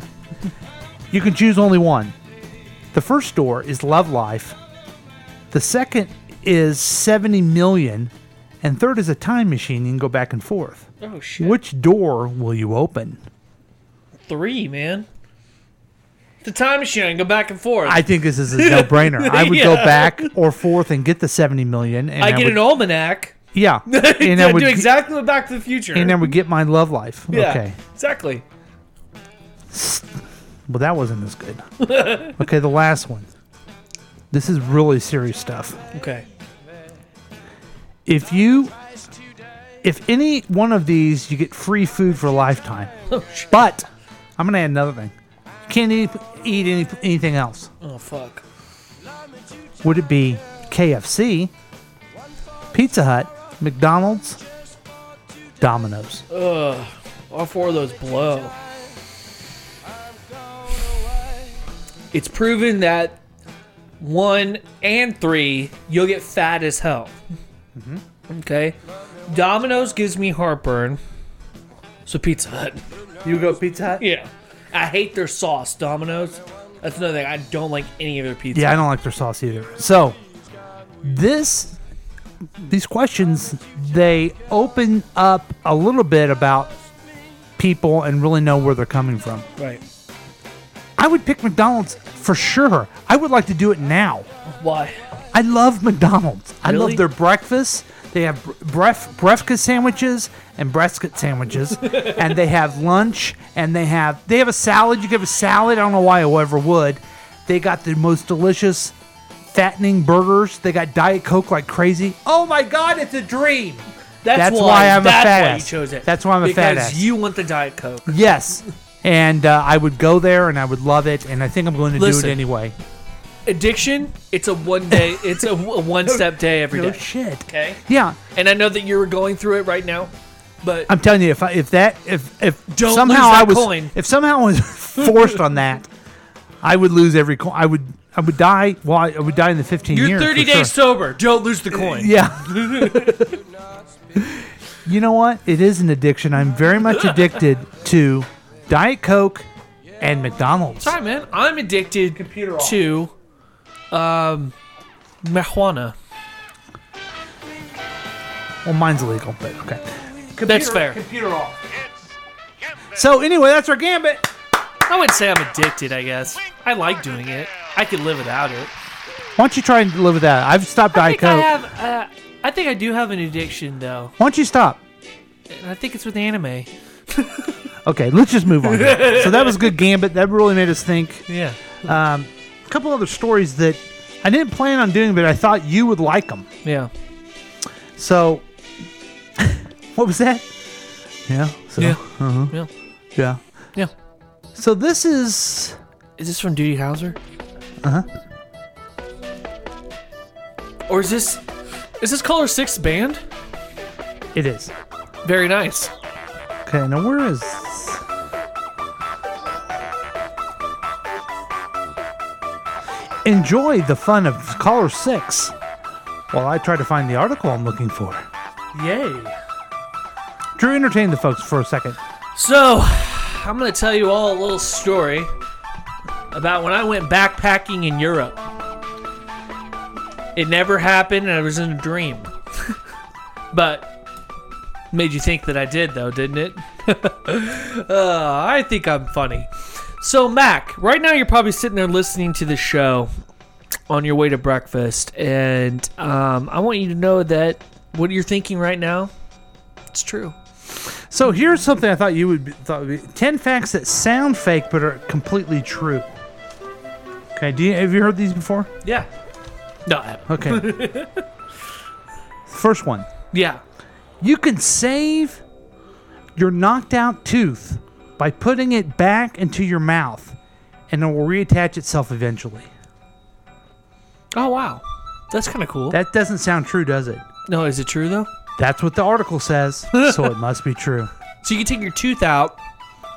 you can choose only one. The first door is Love Life. The second is seventy million, and third is a time machine. You can go back and forth. Oh shit. Which door will you open? Three, man. The time machine I can go back and forth. I think this is a no-brainer. I would go Yeah. back or forth and get the seventy million, and I get would, an almanac. yeah, and I I would do exactly what Back to the Future. and I would get my love life. yeah, Okay, exactly. well that wasn't as good. okay, the last one. This is really serious stuff. Okay. If you, if any one of these, you get free food for a lifetime. Oh, shit. But I'm gonna add another thing. You can't eat, eat any, anything else. Oh fuck. Would it be KFC, Pizza Hut, McDonald's, Domino's? Ugh. All four of those blow. It's proven that one and three, you'll get fat as hell. Mm-hmm. Okay. Domino's gives me heartburn. So Pizza Hut. You go Pizza Hut? Yeah. I hate their sauce, Domino's. That's another thing. I don't like any of their pizza. Yeah, I don't like their sauce either. So, this these questions they open up a little bit about people and really know where they're coming from. Right. I would pick McDonald's for sure. I would like to do it now. Why? I love McDonald's. I Really? love their breakfast. They have br- bref- breakfast sandwiches and brisket sandwiches, and they have lunch, and they have they have a salad. You give a salad. I don't know why I ever would. They got the most delicious, fattening burgers. They got diet coke like crazy. Oh my God, it's a dream. That's, why, I'm that's a fat why ass. you chose it. That's why I'm a fat Because ass. you want the Diet Coke. yes, and uh, I would go there, and I would love it, and I think I'm going to do Listen. it anyway. Addiction, it's a one day, it's a one step day every day. No shit. Okay. Yeah, And I know that you were going through it right now, but I'm telling you, if I, if that if if Don't somehow lose that I was coin. if somehow I was forced on that, I would lose every coin. I would I would die. Well, I, I would die in the 15 you're years. 30 for sure. days sober. Don't lose the coin. Yeah. You know what? It is an addiction. I'm very much addicted to Diet Coke and McDonald's. Sorry, man. I'm addicted to um, marijuana. Well, mine's illegal, but okay. That's fair. Computer off. So anyway, that's our gambit. I wouldn't say I'm addicted, I guess. I like doing it. I could live without it. Why don't you try and live with that? I've stopped I Diet think I Coke. have. Uh, I think I do have an addiction, though. Why don't you stop? And I think it's with anime. Okay, let's just move on. here. so that was a good gambit. That really made us think. Yeah. A couple other stories that I didn't plan on doing, but I thought you would like them. Yeah. So, what was that? Yeah. So, Yeah. uh-huh. Yeah. Yeah. Yeah. So this is. Is this from Duty Hauser? Uh huh. Or is this. Is this Color 6 band? It is. Very nice. Okay. Now where is? Enjoy the fun of caller six, while I try to find the article I'm looking for. Yay. Drew, entertain the folks for a second. So, I I'm going to tell you all a little story about when I went backpacking in Europe. It never happened, and I was in a dream. but made you think that I did, though, didn't it? uh, I think I'm funny. So, Mac, right now you're probably sitting there listening to the show on your way to breakfast, and um, I want you to know that what you're thinking right now, it's true. So here's something I thought you would be, thought would be ten facts that sound fake but are completely true. Okay, do you have you heard these before? Yeah. No, I haven't. Okay. First one. Yeah. You can save your knocked out tooth by putting it back into your mouth and it will reattach itself eventually. Oh wow. That's kind of cool. That doesn't sound true, does it? No, is it true though? That's what the article says, so it must be true. So you can take your tooth out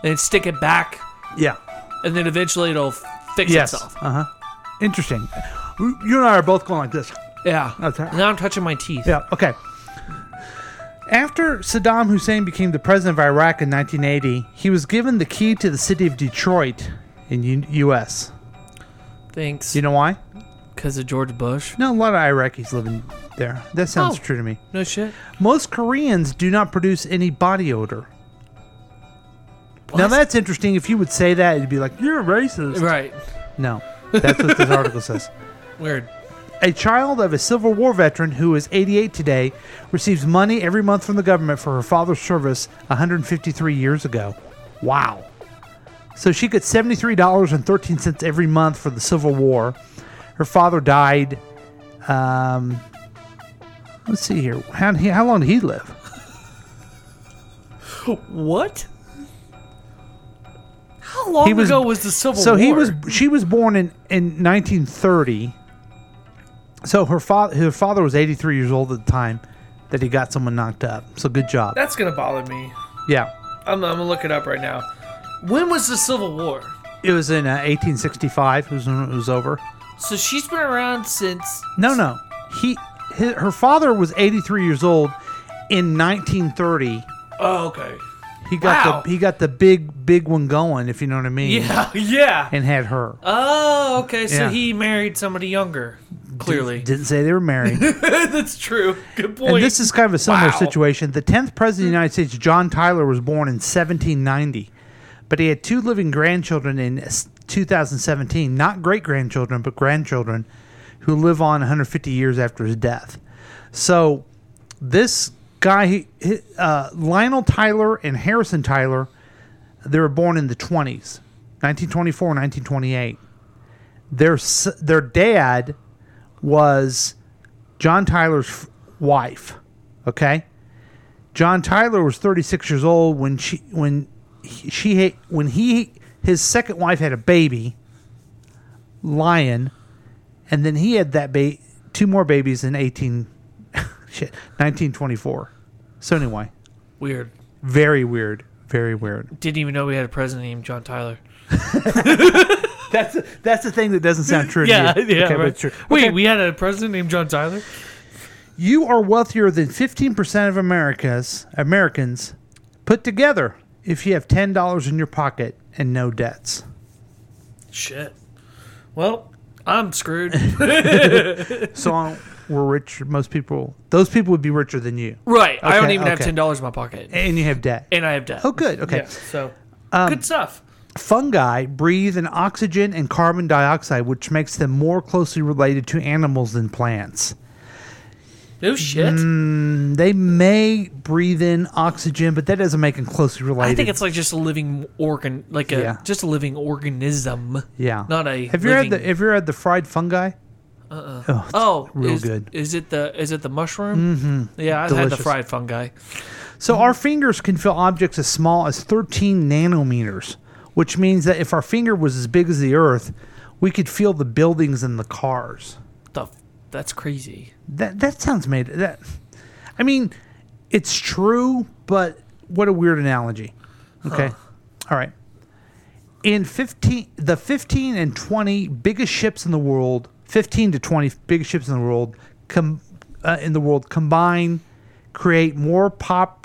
and stick it back, Yeah. and then eventually it'll f- fix yes. itself. Uh huh. Interesting. You and I are both going like this. Yeah. That's how- Now I'm touching my teeth. Yeah. Okay. After Saddam Hussein became the president of Iraq in 1980, he was given the key to the city of Detroit in U- U.S. Thanks. Do you know why? Because of George Bush. No, a lot of Iraqis living there. That sounds Oh. true to me. No shit. Most Koreans do not produce any body odor. Now that's interesting. If you would say that, it'd be like you're a racist. Right. No, that's what this article says. Weird. A child of a Civil War veteran who is 88 today receives money every month from the government for her father's service 153 years ago. Wow. So she gets $73.13 every month for the Civil War. Her father died. Um, let's see here. How, how long did he live? What? How long ago was the Civil so War? he was she was born in in 1930 so her father her father was 83 years old at the time that he got someone knocked up so good job That's gonna bother me. yeah I'm, I'm gonna look it up right now. When was the Civil War? it was in uh, 1865 was when it was over So she's been around since. no no he hi her father was 83 years old in 1930 Oh, okay. he got Wow. the he got the big big one going if you know what i mean Yeah, yeah. and had her Oh, okay. So Yeah. he married somebody younger. Clearly, didn't say they were married that's true. Good point. And this is kind of a similar Wow. situation. The 10th president of the United States, John Tyler, was born in 1790, but he had two living grandchildren in s- 2017, not great grandchildren, but grandchildren who live on 150 years after his death. So this guy, he- he- uh, Lionel Tyler and Harrison Tyler, they were born in the 20s, 1924, 1928. Their, s- their dad was John Tyler's f- wife. Okay, John Tyler was 36 years old when she when he, she had- when he his second wife had a baby, Lion, and then he had that ba- two more babies in 18 shit 1924. So anyway, Weird. very weird, very weird. Didn't even know we had a president named John Tyler. That's that's the thing that doesn't sound true. yeah, to you. yeah. Okay, but right. it's true. Wait, we had a president named John Tyler. You are wealthier than 15% of America's Americans put together if you have $10 in your pocket and no debts. Shit. Well, I'm screwed. So uh, we're rich. Most people, those people would be richer than you. right. I don't Okay, even have okay. ten dollars in my pocket, And you have debt. and I have debt. Oh, good. Okay. Yeah, so Um, good stuff. Fungi breathe in oxygen and carbon dioxide, which makes them more closely related to animals than plants. No shit. Mm, they may breathe in oxygen, but that doesn't make them closely related. I think it's like just a living organ, like a Yeah. just a living organism. yeah. Not a. Have you living, had the Have you had the fried fungi? Uh-uh. Oh, Oh, it's real is, good. Is it the is it the mushroom? Mhm. Yeah, I've had Delicious. the fried fungi. So our fingers can feel objects as small as 13 nanometers, which means that if our finger was as big as the Earth, we could feel the buildings and the cars. The f- that's crazy. That that sounds made that. I mean, it's true, but what a weird analogy. Okay, Huh. all right. In 15, the 15 and 20 biggest ships in the world, 15 to 20 biggest ships in the world, com, uh, in the world combine, create more pop.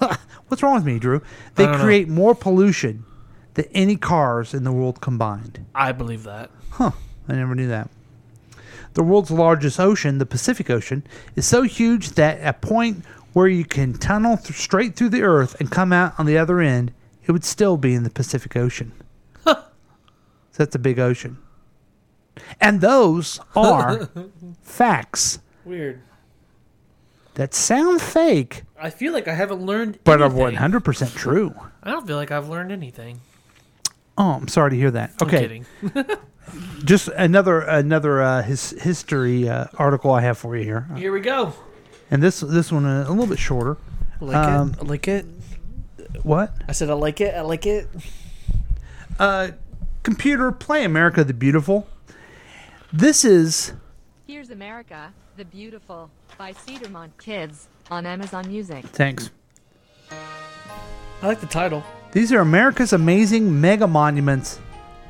What's wrong with me, Drew? They I don't know. create more pollution than any cars in the world combined. I believe that. Huh, I never knew that. The world's largest ocean, the Pacific Ocean, is so huge that a point where you can tunnel th- straight through the earth and come out on the other end, it would still be in the Pacific Ocean. So that's a big ocean. And those are facts Weird. that sound fake, I feel like I haven't learned. but are anything. 100% true. I don't feel like I've learned anything. Oh, I'm sorry to hear that. I'm Okay. kidding. Just another another uh, his history uh, article I have for you here, Here we go. and this this one uh, a little bit shorter. Like Um, it. Like it. What? I said I like it. I like it. Uh, computer play America the Beautiful. This is Here's America, the Beautiful, by Cedarmont Kids, on Amazon Music. thanks. I like the title. These are America's amazing mega monuments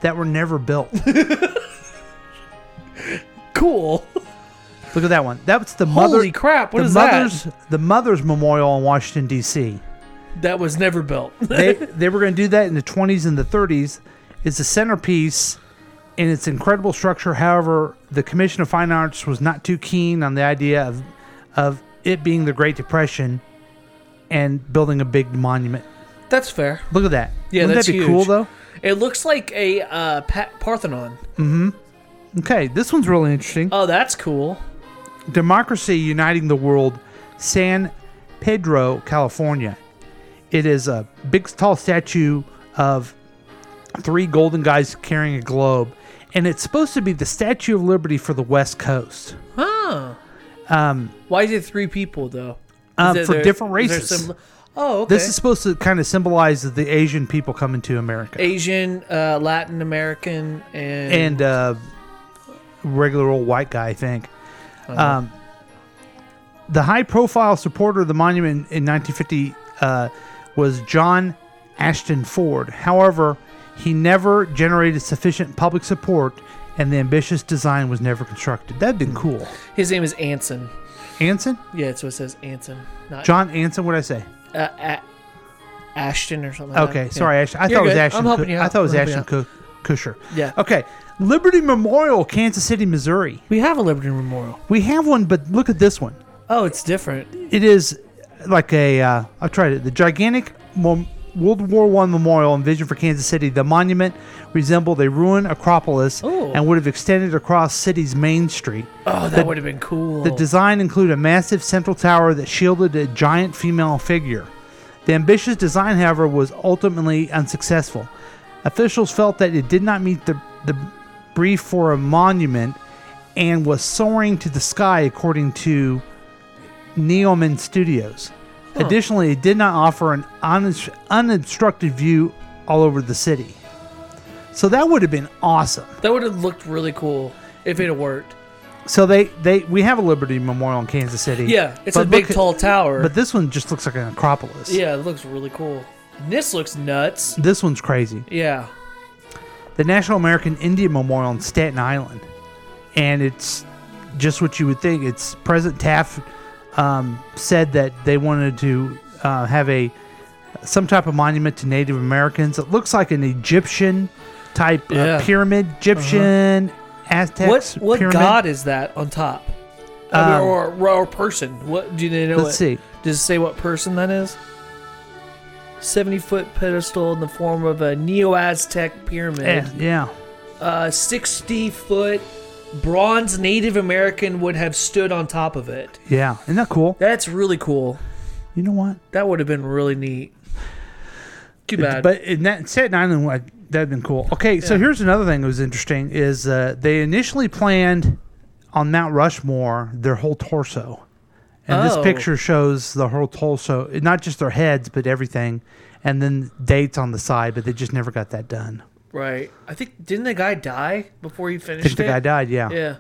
that were never built. cool. Look at that one. That's the Holy mother. crap, what the is that? mother's, that? The mother's memorial in Washington D.C. That was never built. they they were going to do that in the 20s and the 30s. It's a centerpiece in its incredible structure. However, the Commission of Fine Arts was not too keen on the idea of of it being the Great Depression and building a big monument. That's fair. Look at that. Yeah, Wouldn't that's that be huge. cool though? It looks like a uh, pa- Parthenon. Mm-hmm. Okay, this one's really interesting. Oh, that's cool. Democracy Uniting the World, San Pedro, California. It is a big, tall statue of three golden guys carrying a globe, and it's supposed to be the Statue of Liberty for the West Coast. Huh. Um, Why is it three people though? Is Um, it for there- different is there races. some- oh, okay. This is supposed to kind of symbolize the Asian people coming to America Asian, uh, Latin American, and and uh, regular old white guy, I think. Uh-huh. Um, the high profile supporter of the monument in 1950 uh, was John Ashton Ford. However, he never generated sufficient public support and the ambitious design was never constructed. That'd been cool. his name is Anson. Anson? Hmm. Yeah, that's what it says Anson. Not John Anson, what'd I say? uh, A- Ashton or something. like Okay, that. sorry, Yeah. Ashton. I You're thought it was good. Ashton. I'm helping Coo- you out. I thought it was I'm helping Ashton you out. Coo- Cusher. Yeah. Okay. Liberty Memorial, Kansas City, Missouri. We have a Liberty Memorial. We have one, but look at this one. Oh, it's different. It is like a. Uh, I've tried it. The gigantic mem- World War One memorial envisioned for Kansas City. The monument resembled a ruined Acropolis Ooh. and would have extended across city's main street. Oh, The- that would have been cool. the design included a massive central tower that shielded a giant female figure. The ambitious design, however, was ultimately unsuccessful. Officials felt that it did not meet the, the brief for a monument and was soaring to the sky, according to Neoman Studios. Huh. Additionally, it did not offer an unin- unobstructed view all over the city. So that would have been awesome. that would have looked really cool if it had worked. So they, they we have a Liberty Memorial in Kansas City. Yeah, it's But a big look at- tall tower. But this one just looks like an Acropolis. yeah, it looks really cool. And this looks nuts. This one's crazy. Yeah. The National American Indian Memorial in Staten Island, and it's just what you would think. It's President Taft um, said that they wanted to uh, have a some type of monument to Native Americans. It looks like an Egyptian type Yeah. Uh-huh. uh, pyramid, Egyptian Aztec. What what pyramid. god is that on top? I mean, Um, or or person? What do they know? let's what- see. Does it say what person that is? Seventy foot pedestal in the form of a Neo Aztec pyramid. Yeah, Eh, yeah. Uh, sixty foot bronze Native American would have stood on top of it. Yeah, isn't that cool? That's really cool. You know what? That would have been really neat. Too bad. But in that Staten Island, wa- that'd been cool. Okay, so Yeah. here's another thing that was interesting: is uh, they initially planned on Mount Rushmore their whole torso, and Oh. this picture shows the whole torso, not just their heads, but everything, and then dates on the side. But they just never got that done. right. I think didn't the guy die before he finished? I think the it? guy died. Yeah. Yeah.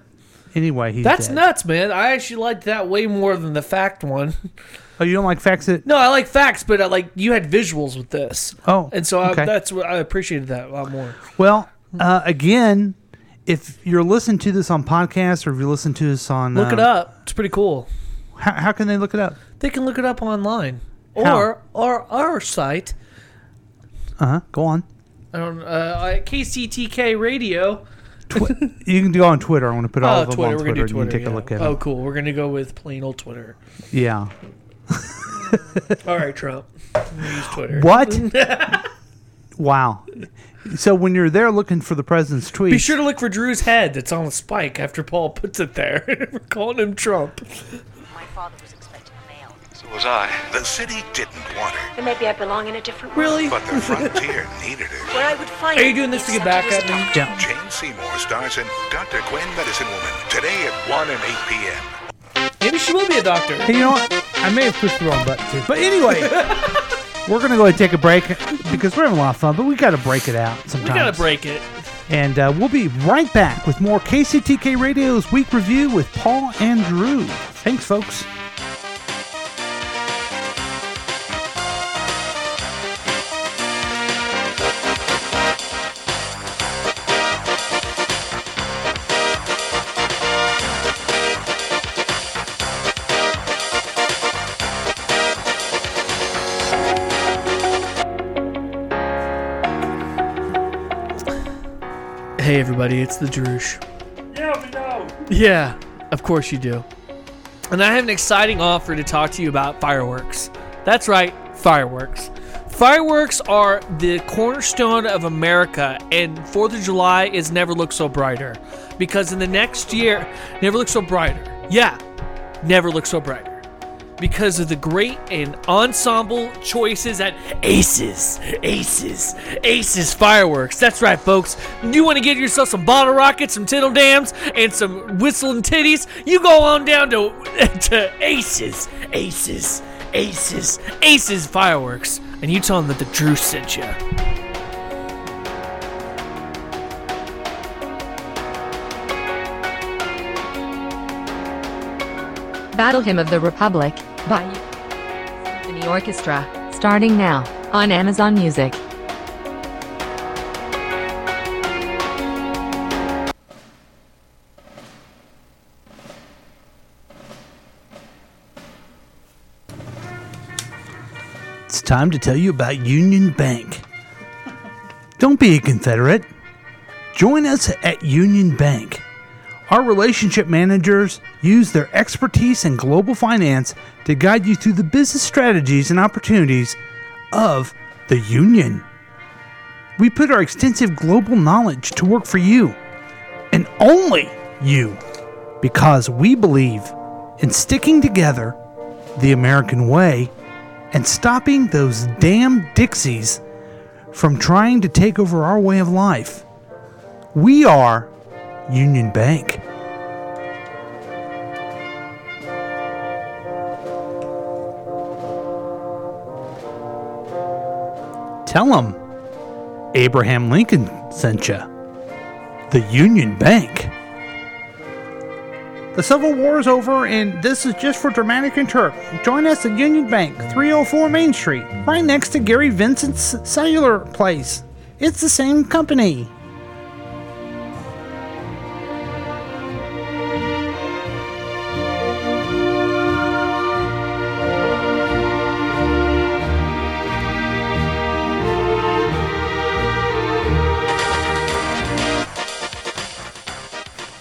Anyway, he's That's dead. nuts, man. I actually liked that way more than the fact one. Oh, you don't like facts? It. No, I like facts, but I like you had visuals with this. Oh, and so I, okay. that's what I appreciated that a lot more. Well, uh, again, if you're listening to this on podcast or if you listen to this on, Look it um, up; it's pretty cool. How, how can they look it up? They can look it up online How? or or our site Uh huh. Go on. I don't. Uh, at KCTK Radio. You can go on Twitter. I want to put all Oh, of them on Twitter. We're Twitter. gonna do and Twitter. Oh, you can take yeah. a look at oh, them. cool. We're gonna go with plain old Twitter. Yeah. All right, Trump. Use Twitter. What? wow. So when you're there looking for the president's tweet, Be sure to look for Drew's head that's on a spike after Paul puts it there. We're calling him Trump. So was I. The city didn't want her, And maybe I belong in a different Really? but the frontier needed her. Where I would find. Are you doing this to get back at me? Yeah. Jane Seymour stars in Dr. Gwen Medicine Woman today at 1 and 8 p.m. Maybe she will be a doctor. Hey, you know what? I may have pushed the wrong button too. But anyway, we're gonna go ahead and take a break because we're having a lot of fun, but we gotta break it out we sometimes. gotta break it. And uh, we'll be right back with more KCTK Radio's week review with Paul and Drew. Thanks, folks. Hey, everybody, it's the Droosh. Yeah, we know. Yeah, of course you do. And I have an exciting offer to talk to you about fireworks. That's right, fireworks. Fireworks are the cornerstone of America, and 4th of July is never looked so brighter. Because in the next year, never looked so brighter. Yeah, never looked so brighter. Because of the great and ensemble choices at Aces, Aces, Aces Fireworks. That's right, folks. You want to get yourself some bottle rockets, some tiddle dams, and some whistling titties? You go on down to, to Aces, Aces, Aces, Aces Fireworks, and you tell them that the Drew sent you. Battle Hymn of the Republic by Symphony Orchestra, starting now on Amazon Music. It's time to tell you about Union Bank. Don't be a Confederate. Join us at Union Bank. Our relationship managers use their expertise in global finance to guide you through the business strategies and opportunities of the Union. We put our extensive global knowledge to work for you, and only you, because we believe in sticking together the American way and stopping those damn Dixies from trying to take over our way of life. We are Union Bank. Tell 'em Abraham Lincoln sent ya. The Union Bank. The Civil War is over, and this is just for dramatic and turf. Join us at Union Bank, 304 Main Street, right next to Gary Vincent's cellular place. It's the same company.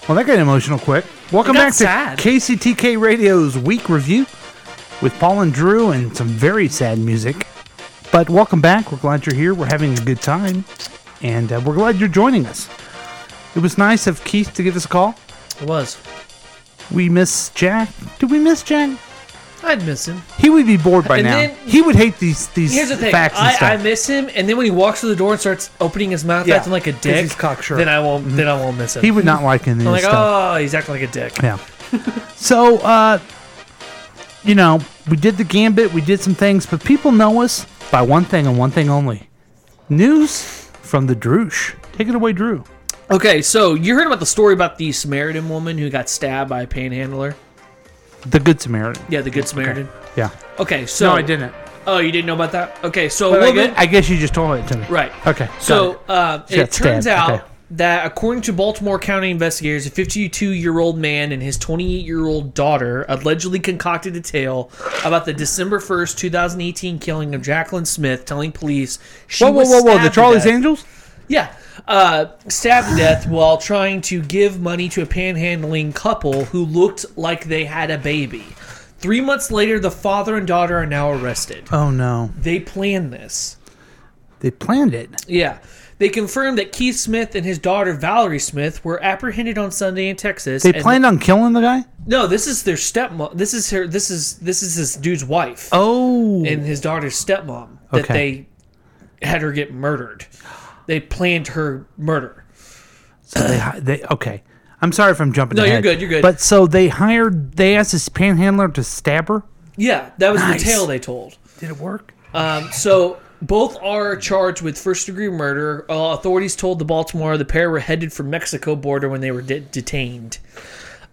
Well, that got emotional quick. Welcome It got back sad. to KCTK Radio's week review with Paul and Drew and some very sad music. But welcome back. We're glad you're here. We're having a good time. And uh, we're glad you're joining us. It was nice of Keith to give us a call. It was. We miss Jack. Did we miss Jack? I'd miss him. He would be bored by And now. then- he would hate these these Here's the thing. facts and I, stuff. I miss him, and then when he walks through the door and starts opening his mouth, Yeah, acting like a 'cause dick, he's cocksure. Then I won't. Then I won't miss him. He would not like him I'm and like, stuff. oh, he's acting like a dick. Yeah. so, uh, you know, we did the gambit, we did some things, but people know us by one thing and one thing only news from the Droosh. Take it away, Drew. Okay, so you heard about the story about the Samaritan woman who got stabbed by a panhandler? The Good Samaritan. Yeah, the Good Samaritan. Yeah. Okay, so No, I didn't. Oh, you didn't know about that? Okay, so But a I, woman. guess, I guess you just told it to me. Right. Okay. got So it. uh, She it got turns stabbed, out okay. that according to Baltimore County investigators, a 52-year-old man and his 28-year-old daughter allegedly concocted a tale about the December 1st, 2018 killing of Jacqueline Smith, telling police she Whoa, whoa, was whoa, whoa! stabbed The to Charlie's death. Angels? Yeah. Uh, stabbed to death while trying to give money to a panhandling couple who looked like they had a baby. Three months later, the father and daughter are now arrested. Oh no, They planned this. they planned it. Yeah. They confirmed that Keith Smith and his daughter Valerie Smith were apprehended on Sunday in Texas. They and- planned on killing the guy. No, this is their stepmom. This is her. This is this is this dude's wife. Oh, and his daughter's stepmom that Okay. they had her get murdered. They planned her murder. So they, hi- they okay. I'm sorry if I'm jumping. No, you're ahead. good, you're good. But so they hired. They asked this panhandler to stab her. Yeah, that was Nice. the tale they told. Did it work? Um, so both are charged with first degree murder. Uh, authorities told the Baltimore the pair were headed for Mexico border when they were de- detained.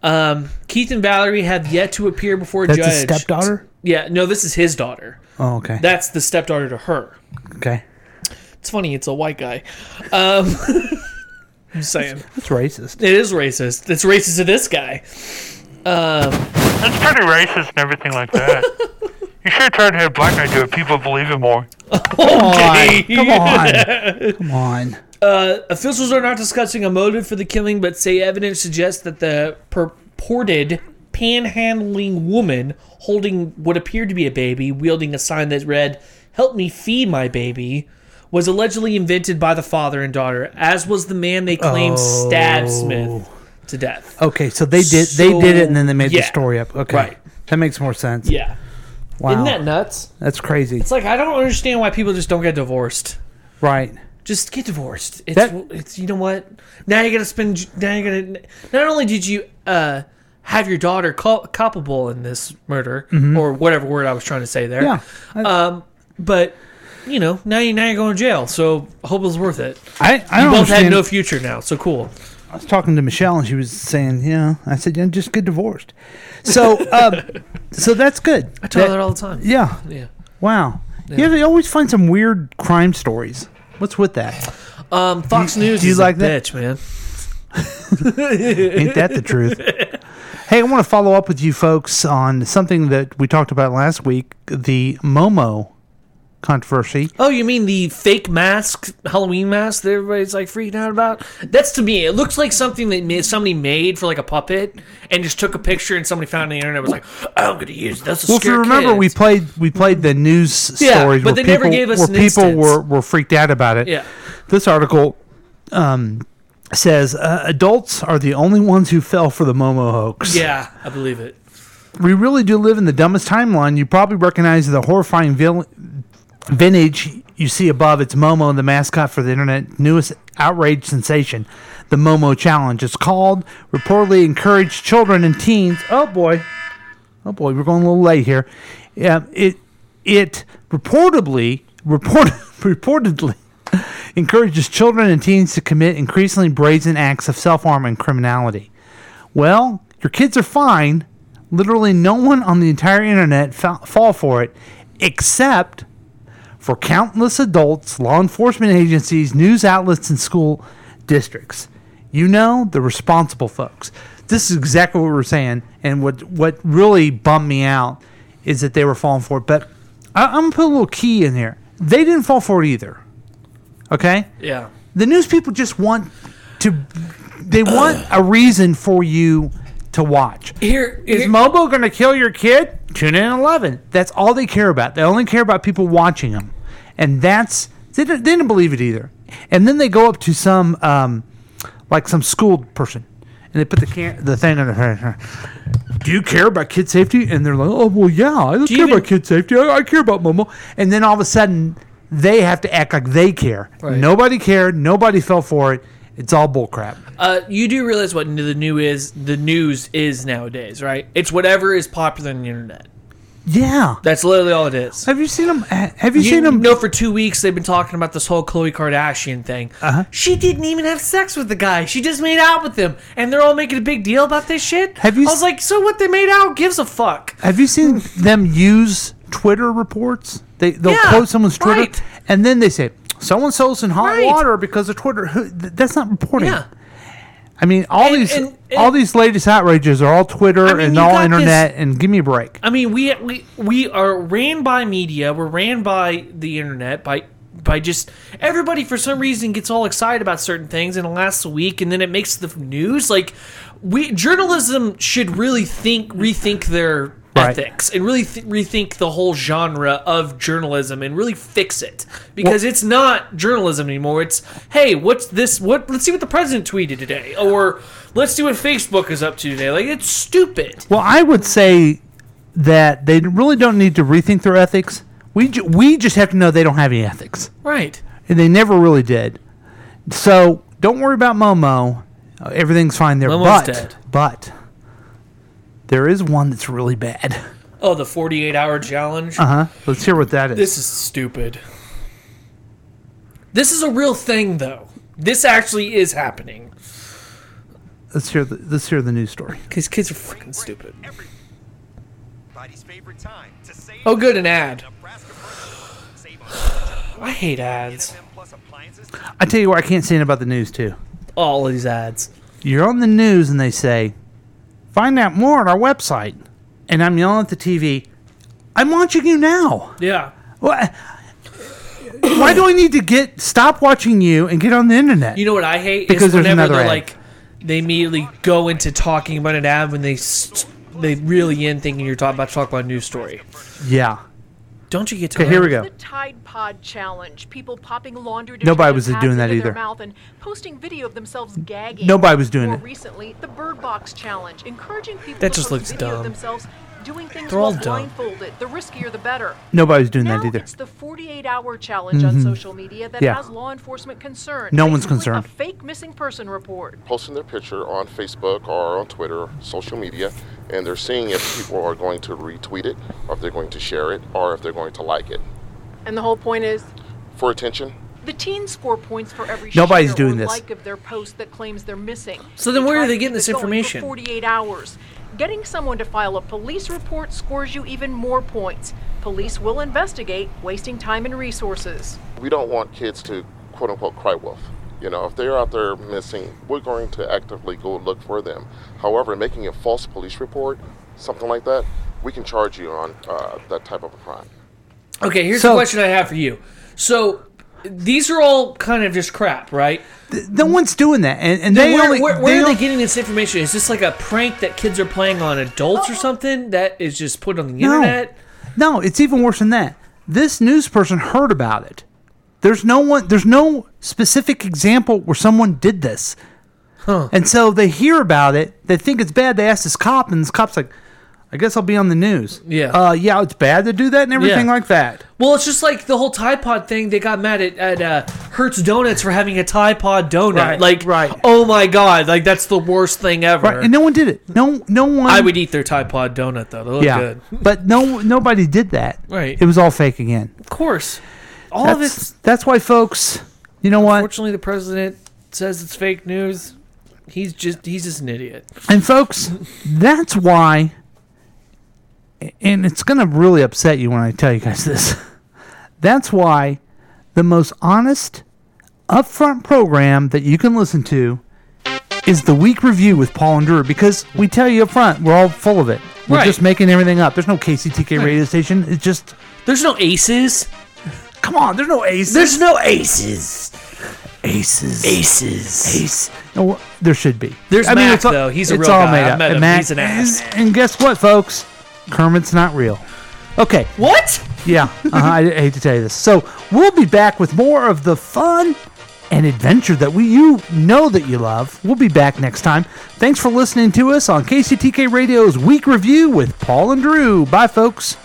Um, Keith and Valerie have yet to appear before a That's judge. his stepdaughter. Yeah, no, this is his daughter. Oh, okay. That's the stepdaughter to her. okay. It's funny, it's a white guy. Um, I'm saying. That's racist. It is racist. It's racist to this guy. Um, That's pretty racist and everything like that. you should try to have a black guy do it. People believe it more. Okay. Come on. Come on. Uh, officials are not discussing a motive for the killing, but say evidence suggests that the purported panhandling woman holding what appeared to be a baby, wielding a sign that read, Help me feed my baby, was allegedly invented by the father and daughter, as was the man they claimed stabbed Smith to death. Okay, so they did. they did it, and then they made the Yeah. story up. Okay, Right. That makes more sense. Yeah. Wow. Isn't that nuts? That's crazy. It's like, I don't understand why people just don't get divorced. right. just get divorced. It's, That- it's you know what? Now you're gonna spend. Now you're gonna. Not only did you uh, have your daughter cul- culpable in this murder Mhm. or whatever word I was trying to say there. Yeah, um, but you know now you now you're going to jail. So I hope it was worth it. I, I you don't both understand. had no future now. So cool. I was talking to Michelle, and she was saying, "You know," I said, yeah, "Just get divorced." So, uh, so that's good. I tell her that all the time. Yeah. Yeah. Wow. Yeah, they always find some weird crime stories. What's with that? Um, Fox News do you is like a that? bitch, man. Ain't that the truth? Hey, I want to follow up with you folks on something that we talked about last week the Momo controversy. Oh, you mean the fake mask, Halloween mask that everybody's like freaking out about? That's to me, it looks like something that ma- somebody made for like a puppet and just took a picture and somebody found it on the internet and was like, "Oh, I'm going to use this. to Well, if you scare remember, we kids." played we played the news Yeah, stories but where they never people, gave us where an people instance. were, were freaked out about it. Yeah. This article um, says uh, adults are the only ones who fell for the Momo hoax. Yeah, I believe it. we really do live in the dumbest timeline. You probably recognize the horrifying vil- vintage you see above. It's Momo, the mascot for the internet newest outrage sensation, the Momo Challenge. It's called. Reportedly encouraged children and teens. Oh boy, oh boy, we're going a little late here. Yeah, it it reportedly report reportedly encourages children and teens to commit increasingly brazen acts of self harm and criminality. Well, your kids are fine. Literally, no one on the entire internet fa- fall for it, except for countless adults, law enforcement agencies, news outlets, and school districts. You know, the responsible folks. This is exactly what we were saying, and what what really bummed me out is that they were falling for it. But I, I'm gonna put a little key in here. They didn't fall for it either. Okay Yeah. the news people just want to they want a reason for you to watch Here is mobo going to kill your kid tune in at 11 that's all they care about they only care about people watching them and that's they didn't, they didn't believe it either and then they go up to some um, like some schooled person and they put the can- the thing on her do you care about kid safety? And they're like, oh, well, yeah, I don't Do you care even- about kid safety. I, I care about Momo. And then all of a sudden, they have to act like they care. Right. Nobody cared. Nobody fell for it. It's all bullcrap. Uh, you do realize what n- the new is the news is nowadays, right? It's whatever is popular on the internet. Yeah. That's literally all it is. Have you seen them? Have you, seen them? know for two weeks they've been talking about this whole Khloe Kardashian thing. Uh-huh. She didn't even have sex with the guy. She just made out with him, and they're all making a big deal about this shit. Have you I s- was like, so what? They made out. Gives a fuck. Have you seen them use Twitter reports? They they'll Yeah, quote someone's Twitter right. and then they say so and so's in hot Right. water because of Twitter. Who- th- That's not reporting. Yeah. I mean, all And- these and- all these latest outrages are all Twitter mean, and you all got internet. And give me a break. I mean, we we we are ran by media. We're ran by the internet by by just everybody for some reason gets all excited about certain things and it lasts a week and then it makes the news. Like we journalism should really think rethink their Right. ethics and really th- rethink the whole genre of journalism and really fix it because it's not journalism anymore. It's hey, what's this? What let's see what the president tweeted today, or let's see what Facebook is up to today. Like it's stupid. Well, I would say that they really don't need to rethink their ethics. We ju- we just have to know they don't have any ethics, Right. and they never really did. So don't worry about Momo. Uh, Everything's fine there. Momo's but dead. but there is one that's really bad. Oh, the 48 hour challenge. Uh huh. Let's hear what that is. This is stupid. This is a real thing, though. This actually is happening. Let's hear the let's hear the news story. Because kids are freaking stupid. Oh, good, an ad. I hate ads. I tell you what, I can't stand about the news too. All these ads. You're on the news and they say, "Find out more on our website," and I'm yelling at the TV. I'm watching you now. Yeah. Why, why do I need to get stop watching you and get on the internet? You know what I hate Because is there's whenever another they're ad. like, they immediately go into talking about an ad when they st- they really end thinking you're talking about talk about a news story. yeah. Don't you get Okay, here we go. Tide Pod Challenge. People popping laundry Nobody detergent was pads doing that into their either. mouth and posting video of themselves gagging. Nobody was doing More it. recently, the Bird Box Challenge, encouraging people That to just post looks video dumb. of themselves doing things They're all while dumb. blindfolded. The riskier, the better. Nobody's doing now that either. It's the 48-hour challenge on Mhm. social media that Yeah. has law enforcement concerned. No one's Basically, concerned. A fake missing person report. posting their picture on Facebook or on Twitter, social media, and they're seeing if people are going to retweet it, or if they're going to share it, or if they're going to like it. And the whole point is, For attention, the teens score points for every Nobody's share doing or this. like of their post that claims they're missing. So then where try are they to keep getting this it going for information? 48 hours. Getting someone to file a police report scores you even more points. Police will investigate, wasting time and resources. we don't want kids to quote unquote cry wolf. You know, if they're out there missing, we're going to actively go look for them. However, making a false police report, something like that, we can charge you on uh, that type of a crime. Okay, here's the question I have for you. So these are all kind of just crap, right? No one's doing that, and, and Then they where, only where, they where are only- they getting this information? Is this like a prank that kids are playing on adults or something that is just put on the internet? No. no, it's even worse than that. This news person heard about it. There's no one. There's no specific example where someone did this, and so they hear about it. They think it's bad. They ask this cop, and this cop's like, "I guess I'll be on the news." Yeah, uh, yeah, it's bad to do that and everything Yeah. like that. Well, it's just like the whole Tide Pod thing. They got mad at, at uh, Hertz Donuts for having a Tide Pod donut. Right, like, oh my god, like that's the worst thing ever. Right, and no one did it. No, no one. I would eat their Tide Pod donut though. They look yeah, good. but no, nobody did that. Right. it was all fake again. Of course, all that's, of it's. That's why, folks. You know what? Unfortunately, the president says it's fake news. He's just he's just an idiot. And folks, that's why, and it's going to really upset you when I tell you guys this. That's why the most honest, upfront program that you can listen to is the week review with Paul and Drew because we tell you up front we're all full of it. We're Right. just making everything up. There's no KCTK radio station. It's just there's no aces. Come on, there's no aces. There's no aces. Aces. Aces. Ace. No, wh- there should be. There's I mean, Mac, it's all, though. He's a it's real all guy. Made I've up. met And him. Mac- He's an ass. And guess what, folks? Kermit's not real. Okay. What? Yeah. uh I hate to tell you this. So we'll be back with more of the fun and adventure that we you know that you love. We'll be back next time. Thanks for listening to us on KCTK Radio's Week Review with Paul and Drew. Bye, folks.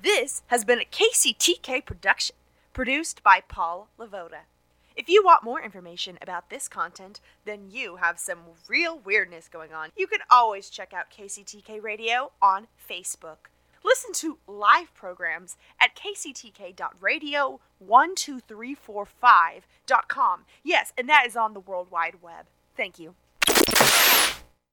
This has been a KCTK production, produced by Paul Lavoda. If you want more information about this content, then you have some real weirdness going on. You can always check out KCTK Radio on Facebook. Listen to live programs at kctk.radio12345.com. Yes, and that is on the World Wide Web. Thank you.